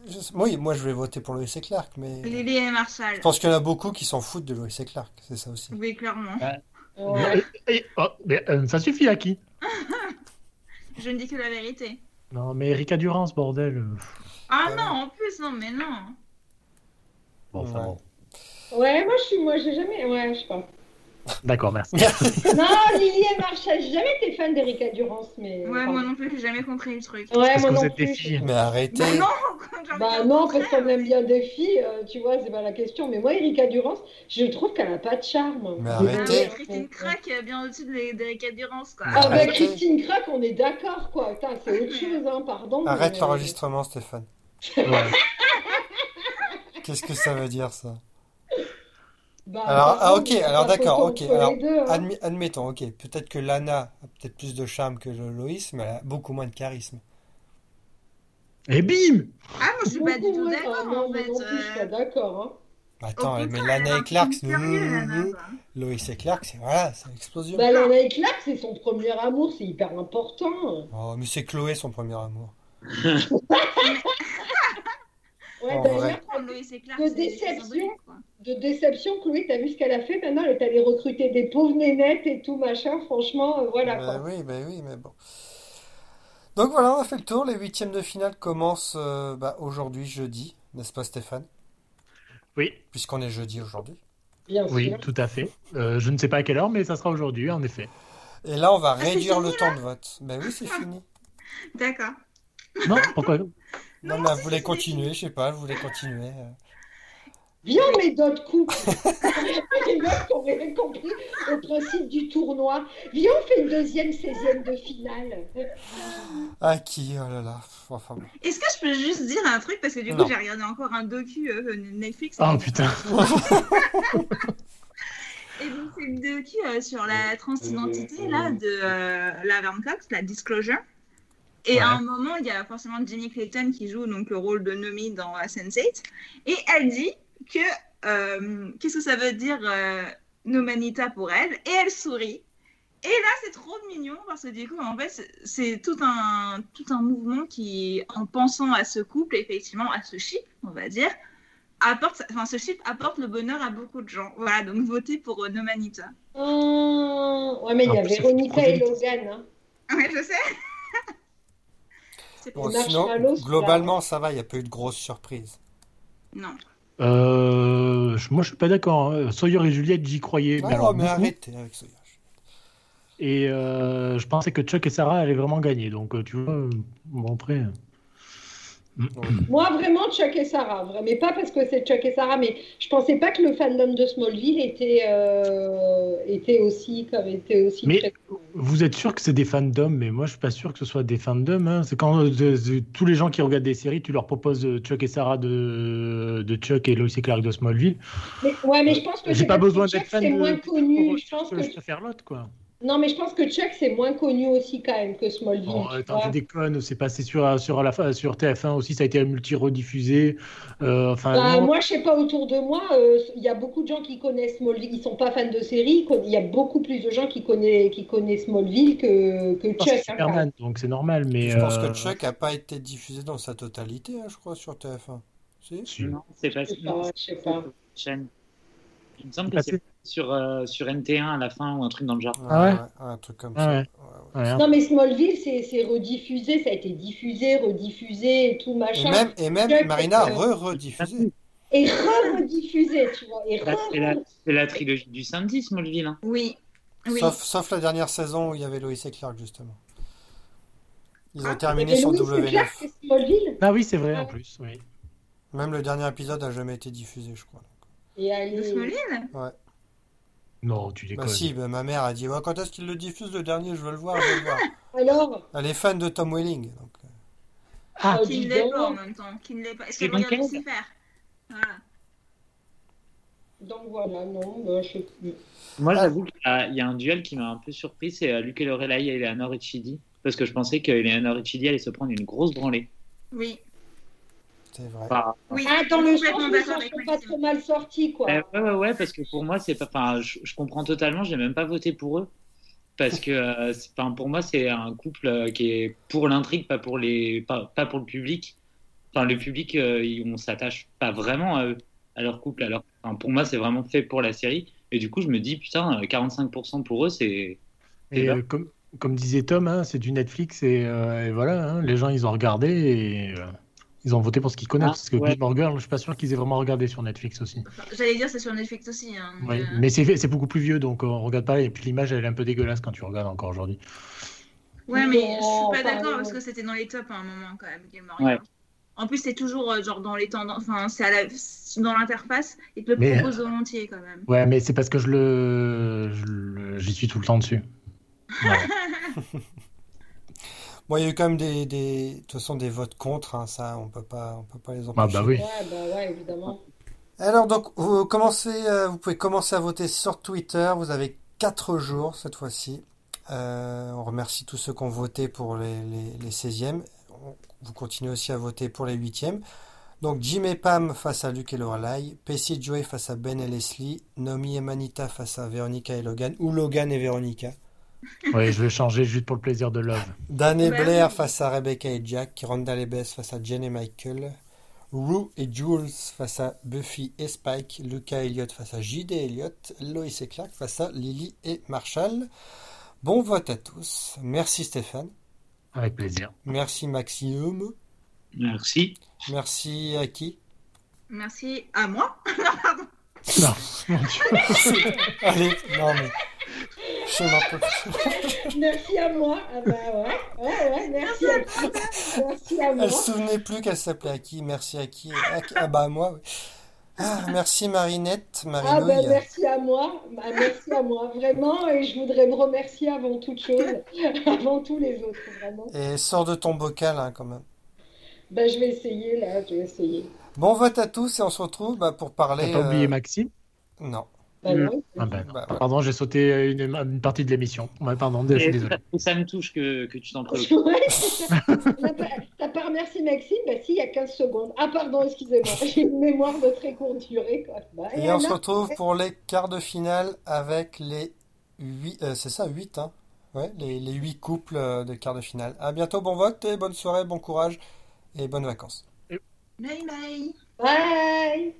Speaker 3: je sais- oui, moi je vais voter pour Lois et Clark, mais
Speaker 6: Lily et Marshall.
Speaker 3: je pense qu'il y en a beaucoup qui s'en foutent de Lois et Clark, c'est ça aussi.
Speaker 6: Oui, clairement.
Speaker 5: Ouais.
Speaker 7: Et- et- oh, mais, euh, ça suffit à qui
Speaker 6: Je ne dis que la vérité.
Speaker 7: Non, mais Erika Durance, bordel. euh,
Speaker 6: Ah
Speaker 3: Ouais.
Speaker 6: non, en plus, non, mais non.
Speaker 7: Bon, enfin,
Speaker 3: Ouais.
Speaker 7: bon.
Speaker 5: Ouais, moi, je suis, moi, j'ai jamais. Ouais, je sais pas.
Speaker 7: D'accord, merci.
Speaker 5: Non, Lily et Marshall, j'ai jamais été fan d'Erika Durance, mais.
Speaker 6: Ouais, moi non plus, j'ai jamais compris le truc.
Speaker 5: Ouais,
Speaker 7: Parce
Speaker 5: moi
Speaker 7: que vous
Speaker 5: non
Speaker 7: êtes des
Speaker 5: plus.
Speaker 7: filles. hein.
Speaker 3: Mais
Speaker 6: Bah
Speaker 3: arrêtez,
Speaker 6: non, quand j'en
Speaker 5: Bah
Speaker 6: ai
Speaker 5: non,
Speaker 6: compris,
Speaker 5: parce qu'on aime bien des filles, euh, tu vois, c'est pas la question. Mais moi, Erika Durance, je trouve qu'elle a pas de charme.
Speaker 3: Mais
Speaker 6: Ah,
Speaker 3: arrêtez.
Speaker 6: mais Christine Crack euh, bien au-dessus de- d'Erika Durance, quoi.
Speaker 5: Ah, bah,
Speaker 3: Arrêtez.
Speaker 5: Christine Crack, on est d'accord, quoi. Putain, c'est
Speaker 6: Ah
Speaker 5: autre chose, hein, pardon.
Speaker 3: arrête
Speaker 5: mais-
Speaker 3: l'enregistrement Stéphane.
Speaker 7: Ouais.
Speaker 3: Qu'est-ce que ça veut dire ça?
Speaker 5: Bah,
Speaker 3: Alors,
Speaker 5: pardon,
Speaker 3: ah, ok,
Speaker 5: mais c'est
Speaker 3: alors,
Speaker 5: pas
Speaker 3: d'accord,
Speaker 5: photo
Speaker 3: ok,
Speaker 5: entre les
Speaker 3: alors,
Speaker 5: deux, hein.
Speaker 3: Admi- admettons, ok, peut-être que Lana a peut-être plus de charme que Loïs, mais elle a beaucoup moins de charisme.
Speaker 7: Et bim
Speaker 6: Ah, moi je suis pas du
Speaker 5: Beaucoup,
Speaker 6: tout
Speaker 5: ouais.
Speaker 6: d'accord
Speaker 5: Ah, non,
Speaker 6: en
Speaker 5: moi
Speaker 6: fait.
Speaker 5: non plus, je suis
Speaker 6: euh,
Speaker 5: pas d'accord. hein.
Speaker 3: Attends,
Speaker 6: au
Speaker 3: elle met
Speaker 6: contraire,
Speaker 3: Lana
Speaker 6: Oh, elle
Speaker 3: et
Speaker 6: est
Speaker 3: Clark, c'est-
Speaker 6: mystérieuse, la nana, quoi.
Speaker 3: Loïs et Clark, c'est voilà, c'est l'explosion.
Speaker 5: Bah, Lana et Clark, c'est son premier amour, c'est hyper important.
Speaker 3: Oh, mais c'est Chloé son premier amour.
Speaker 5: Ouais,
Speaker 3: En vrai.
Speaker 5: d'ailleurs,
Speaker 6: Pour Loïs et Clark,
Speaker 5: De
Speaker 6: c'est- c'est
Speaker 5: déception.
Speaker 6: symbolique, quoi.
Speaker 5: de déception, Chloé, t'as vu ce qu'elle a fait maintenant Elle est allée recruter des pauvres nénettes et tout, machin, franchement, euh, voilà
Speaker 3: Bah
Speaker 5: quoi.
Speaker 3: oui, bah oui, mais bon. Donc voilà, on a fait le tour. Les huitièmes de finale commencent euh, bah, aujourd'hui, jeudi, n'est-ce pas Stéphane?
Speaker 7: Oui,
Speaker 3: Puisqu'on est jeudi aujourd'hui.
Speaker 5: Bien
Speaker 7: oui,
Speaker 5: sûr.
Speaker 7: tout à fait. Euh, je ne sais pas à quelle heure, mais ça sera aujourd'hui, en effet.
Speaker 3: Et là, on va
Speaker 6: Ah, c'est
Speaker 3: réduire
Speaker 6: fini, Ah.
Speaker 3: le temps de vote. Bah oui, c'est fini.
Speaker 6: D'accord.
Speaker 7: Non, pourquoi
Speaker 3: Non,
Speaker 6: Non,
Speaker 3: mais
Speaker 6: c'est
Speaker 3: elle voulait
Speaker 6: fini.
Speaker 3: continuer, je sais pas, elle voulait continuer. euh.
Speaker 5: Bien, mais d'autres couples. Les meufs qui ont rien compris au principe du tournoi. Viens, on fait une deuxième 16e de finale.
Speaker 3: À qui? Oh là là. Enfin bon.
Speaker 6: Est-ce que je peux juste dire un truc Parce que du
Speaker 3: Non.
Speaker 6: coup, j'ai regardé encore un docu euh, Netflix.
Speaker 7: Oh putain
Speaker 6: Et donc, c'est une docu euh, sur la transidentité là, de euh, Laverne Cox, la Disclosure. Et
Speaker 7: Ouais.
Speaker 6: à un moment, il y a forcément Jenny Clayton qui joue donc, le rôle de Nomi dans euh, Sense8. Et elle dit que euh, qu'est-ce que ça veut dire euh, Nomanita pour elle. Et elle sourit. Et là, c'est trop mignon parce que du coup, en fait, c'est- c'est tout un, tout un mouvement qui, en pensant à ce couple, effectivement, à ce chip, on va dire, apporte, enfin, ce chiffre apporte le bonheur à beaucoup de gens. Voilà, donc votez pour euh, Nomanita.
Speaker 5: Ah, ouais, mais il y
Speaker 7: En
Speaker 5: a
Speaker 7: plus, ça fait
Speaker 5: Véronica et
Speaker 7: prosélyte.
Speaker 5: Logan. hein.
Speaker 6: Ouais, je sais. C'est
Speaker 3: Bon,
Speaker 6: pour ça.
Speaker 5: marche à
Speaker 3: sinon,
Speaker 5: l'os, là.
Speaker 3: globalement, ça va, il n'y a pas eu de grosses surprises.
Speaker 6: Non.
Speaker 7: Euh, je- moi, je suis pas d'accord. hein. Sawyer et Juliette, j'y croyais.
Speaker 3: Non,
Speaker 7: mais alors,
Speaker 3: mais
Speaker 7: beaucoup.
Speaker 3: arrêtez avec ce gage.
Speaker 7: Et euh, je pensais que Chuck et Sarah allaient vraiment gagner. Donc, euh, tu vois, euh, bon, après. euh,
Speaker 5: Moi, vraiment, Chuck et Sarah. vra- Mais pas parce que c'est Chuck et Sarah, mais je pensais pas que le fandom de Smallville était, euh, était aussi. Comme, était aussi
Speaker 7: Mais-
Speaker 5: très-
Speaker 7: Vous êtes sûr que c'est des fandoms, mais moi, je suis pas sûr que ce soit des fandoms. hein. C'est quand euh, de- de- tous les gens qui regardent des séries, tu leur proposes euh, Chuck et Sarah de, de Chuck et Lois et Clark de Smallville.
Speaker 5: Mais- ouais, mais je pense que
Speaker 7: J'ai
Speaker 5: c'est
Speaker 7: pas
Speaker 5: parce
Speaker 7: besoin
Speaker 5: que
Speaker 7: d'être
Speaker 5: Chuck,
Speaker 7: fan
Speaker 5: c'est
Speaker 7: de-
Speaker 5: moins connu.
Speaker 7: pour-
Speaker 5: Je pense que...
Speaker 7: Je préfère l'autre, quoi.
Speaker 5: Non, mais je pense que Chuck, c'est moins connu aussi quand même que Smallville.
Speaker 7: Bon, euh,
Speaker 5: tu
Speaker 7: attends,
Speaker 5: vois.
Speaker 7: tu déconnes, c'est passé sur, euh, sur, la, fin- sur TF1 aussi, ça a été multi-rediffusé. Euh, enfin,
Speaker 5: Bah,
Speaker 7: non.
Speaker 5: moi, je sais pas, autour de moi, euh, il y a beaucoup de gens qui connaissent Smallville. Ils sont pas fans de série. ils conna- Il y a beaucoup plus de gens qui connaissent, qui connaissent Smallville que, que
Speaker 7: Parce que
Speaker 5: Chuck.
Speaker 7: c'est
Speaker 5: hein, quand même.
Speaker 7: Superman, donc c'est normal, mais.
Speaker 3: Je pense que
Speaker 7: euh,
Speaker 3: Chuck n'a pas été diffusé dans sa totalité, hein, je crois, sur TF1. Si
Speaker 7: si.
Speaker 4: Non, c'est pas
Speaker 5: Je sais pas, je sais pas.
Speaker 4: chaîne. Il me semble que
Speaker 7: Ah,
Speaker 4: c'est sur, euh, sur NT1 à la fin ou un truc dans le genre.
Speaker 3: Ouais,
Speaker 7: Ah ouais
Speaker 3: ouais, un truc comme
Speaker 7: Ah
Speaker 3: ça.
Speaker 7: ouais.
Speaker 3: Ouais, ouais.
Speaker 7: ouais, hein.
Speaker 5: Non, mais Smallville, c'est c'est rediffusé. Ça a été diffusé, rediffusé et tout
Speaker 3: Et
Speaker 5: machin.
Speaker 3: même, et même
Speaker 5: Chuck,
Speaker 3: Marina a
Speaker 5: euh,
Speaker 3: re-rediffusé.
Speaker 5: Et re-rediffusé, tu vois. Et
Speaker 4: Là, C'est la,
Speaker 5: re
Speaker 4: c'est la trilogie du samedi, Smallville. hein.
Speaker 6: Oui. Oui.
Speaker 3: Sauf, sauf la dernière saison où il y avait Lois et Clark, justement. Ils ont
Speaker 6: Ah,
Speaker 3: terminé
Speaker 5: Et
Speaker 3: sur E
Speaker 5: Louis, c'est
Speaker 3: W9.
Speaker 5: clair que c'est Smallville
Speaker 7: Ah oui, c'est vrai en plus. Oui.
Speaker 3: Même le dernier épisode n'a jamais été diffusé, je crois.
Speaker 5: Et allez...
Speaker 6: De Smallville
Speaker 7: Non, tu
Speaker 3: Bah
Speaker 7: déconnes.
Speaker 3: si, bah, ma mère a dit Ouais, quand est-ce qu'il le diffuse le dernier Je veux le voir, je veux le voir.
Speaker 5: Alors
Speaker 3: Elle est fan de Tom Welling. Donc... euh,
Speaker 7: Ah,
Speaker 5: oh,
Speaker 6: Qui
Speaker 5: dis
Speaker 6: ne l'est
Speaker 5: donc.
Speaker 6: pas en même temps. Qui ne l'est pas. Est-ce
Speaker 4: C'est
Speaker 6: qu'elle regarde
Speaker 4: lequel
Speaker 6: Lucifer Voilà.
Speaker 5: Donc voilà, non, bah, je sais plus.
Speaker 4: Moi, j'avoue qu'il y a- il y a un duel qui m'a un peu surpris c'est euh, Luke et Lorelai et Eleanor Richidi. Parce que je pensais qu'Eleanor Richidi allait se prendre une grosse branlée.
Speaker 6: Oui.
Speaker 3: C'est vrai.
Speaker 4: Enfin,
Speaker 6: Oui.
Speaker 5: Ah, dans le sens
Speaker 6: Complètement
Speaker 5: où ils
Speaker 6: d'accord
Speaker 5: s'en
Speaker 6: avec
Speaker 5: sont pas
Speaker 6: Maxime.
Speaker 5: trop mal sortis, quoi.
Speaker 4: euh,
Speaker 3: Eh
Speaker 4: ouais, ouais, ouais, parce que pour moi, c'est pas. Enfin, je, je comprends totalement, j'ai même pas voté pour eux. Parce que euh, c'est- enfin, pour moi, c'est un couple euh, qui est pour l'intrigue, pas, pour les- pas, pas pour le public. Enfin, le public, euh, il- on s'attache pas vraiment à eux, à leur couple. Alors, enfin, pour moi, c'est vraiment fait pour la série. Et du coup, je me dis, putain, euh, 45% pour eux, c'est.
Speaker 7: et euh, comme, comme disait Tom, hein, c'est du Netflix et, euh, et voilà, hein, les gens ils ont regardé et euh, ils ont voté pour ce qu'ils connaissent.
Speaker 4: Ah,
Speaker 7: parce que
Speaker 4: ouais.
Speaker 7: Gilmore Girls, je suis pas sûr qu'ils aient vraiment regardé sur Netflix aussi.
Speaker 6: Enfin, J'allais dire c'est sur Netflix aussi. hein,
Speaker 4: Mm.
Speaker 7: Ouais.
Speaker 6: euh,
Speaker 7: Mais c'est c'est beaucoup plus vieux, donc on regarde pas. Et puis l'image elle est un peu dégueulasse quand tu regardes encore aujourd'hui.
Speaker 6: Ouais, mais je
Speaker 5: Non,
Speaker 6: suis pas
Speaker 5: enfin,
Speaker 6: d'accord
Speaker 5: non.
Speaker 6: parce que c'était dans les tops à un moment quand même, Gilmore
Speaker 4: Ouais.
Speaker 6: Girls. En plus, c'est toujours euh, genre dans les tendances, enfin, c'est à la- c'est dans l'interface, ils te le
Speaker 7: Mais- euh,
Speaker 6: proposent volontiers quand même.
Speaker 7: Ouais, mais c'est parce que je le je le- j'y suis tout le temps dessus. Voilà.
Speaker 3: Bon, il y a eu quand même des, des, de toute façon, des votes contre, hein, ça, on peut pas, on peut pas les
Speaker 7: Ah
Speaker 3: empêcher.
Speaker 7: bah oui.
Speaker 5: Ouais, bah ouais, évidemment.
Speaker 3: Alors donc, vous commencez, euh, vous pouvez commencer à voter sur Twitter. Vous avez quatre jours cette fois-ci. Euh, on remercie tous ceux qui ont voté pour les, les, les 16e. On- Vous continuez aussi à voter pour les 8e. Donc Jim et Pam face à Luke et Lorelai, Pacey et Joey face à Ben et Leslie, Nomi et Manita face à Veronica et Logan, ou Logan et Veronica,
Speaker 7: Oui, je vais changer juste pour le plaisir de Love.
Speaker 3: Dan et
Speaker 6: Bah
Speaker 3: Blair
Speaker 6: oui.
Speaker 3: face à Rebecca et Jack, Randall et Bess face à Jen et Michael, Rue et Jules face à Buffy et Spike, Luca et Elliot face à JD et Elliot, Lois et Clark face à Lily et Marshall. Bon vote à tous. Merci Stéphane.
Speaker 7: Avec plaisir.
Speaker 3: Merci Maxime.
Speaker 4: Merci.
Speaker 3: Merci à qui
Speaker 6: Merci à moi.
Speaker 7: Non, mon Dieu.
Speaker 3: Allez, non mais. Je m'en peux plus.
Speaker 5: Merci à moi. Ah bah ouais, ouais, ouais, merci à
Speaker 6: Ah,
Speaker 5: toi.
Speaker 6: bah,
Speaker 5: Merci à moi.
Speaker 3: Elle se souvenait plus qu'elle s'appelait à qui. Merci à qui. À qui- Ah bah moi, oui. Ah, merci Marinette,
Speaker 5: Ah bah
Speaker 3: Marinouille.
Speaker 5: merci à moi. Bah, merci à moi, vraiment. Et je voudrais me remercier avant toute chose, avant tous les autres, vraiment.
Speaker 3: Et sors de ton bocal hein, quand même.
Speaker 5: Bah je vais essayer, là, je vais essayer.
Speaker 3: Bon vote à tous et on se retrouve bah, pour parler.
Speaker 7: T'as pas oublié
Speaker 3: euh,
Speaker 7: Maxime
Speaker 3: Non.
Speaker 5: Bah non,
Speaker 7: Ah ben,
Speaker 3: Bah, ouais.
Speaker 7: Pardon, j'ai sauté une, une partie de l'émission. Ouais, pardon, je suis
Speaker 4: Et
Speaker 7: désolé.
Speaker 4: ça, ça me touche que, que tu t'en préoccupes.
Speaker 5: Ouais. T'as pas- T'as pas remercié Maxime Bah si, il y a 15 secondes. Ah pardon, excusez-moi, j'ai une mémoire de très courte durée. Quoi. Bah,
Speaker 3: Et on
Speaker 5: alors
Speaker 3: se retrouve pour les quarts de finale avec les 8. c'est ça, 8, hein Ouais, les, les 8 couples euh, de quarts de finale. À bientôt, bon vote et bonne soirée, bon courage et bonnes vacances.
Speaker 6: Bye bye.
Speaker 5: Bye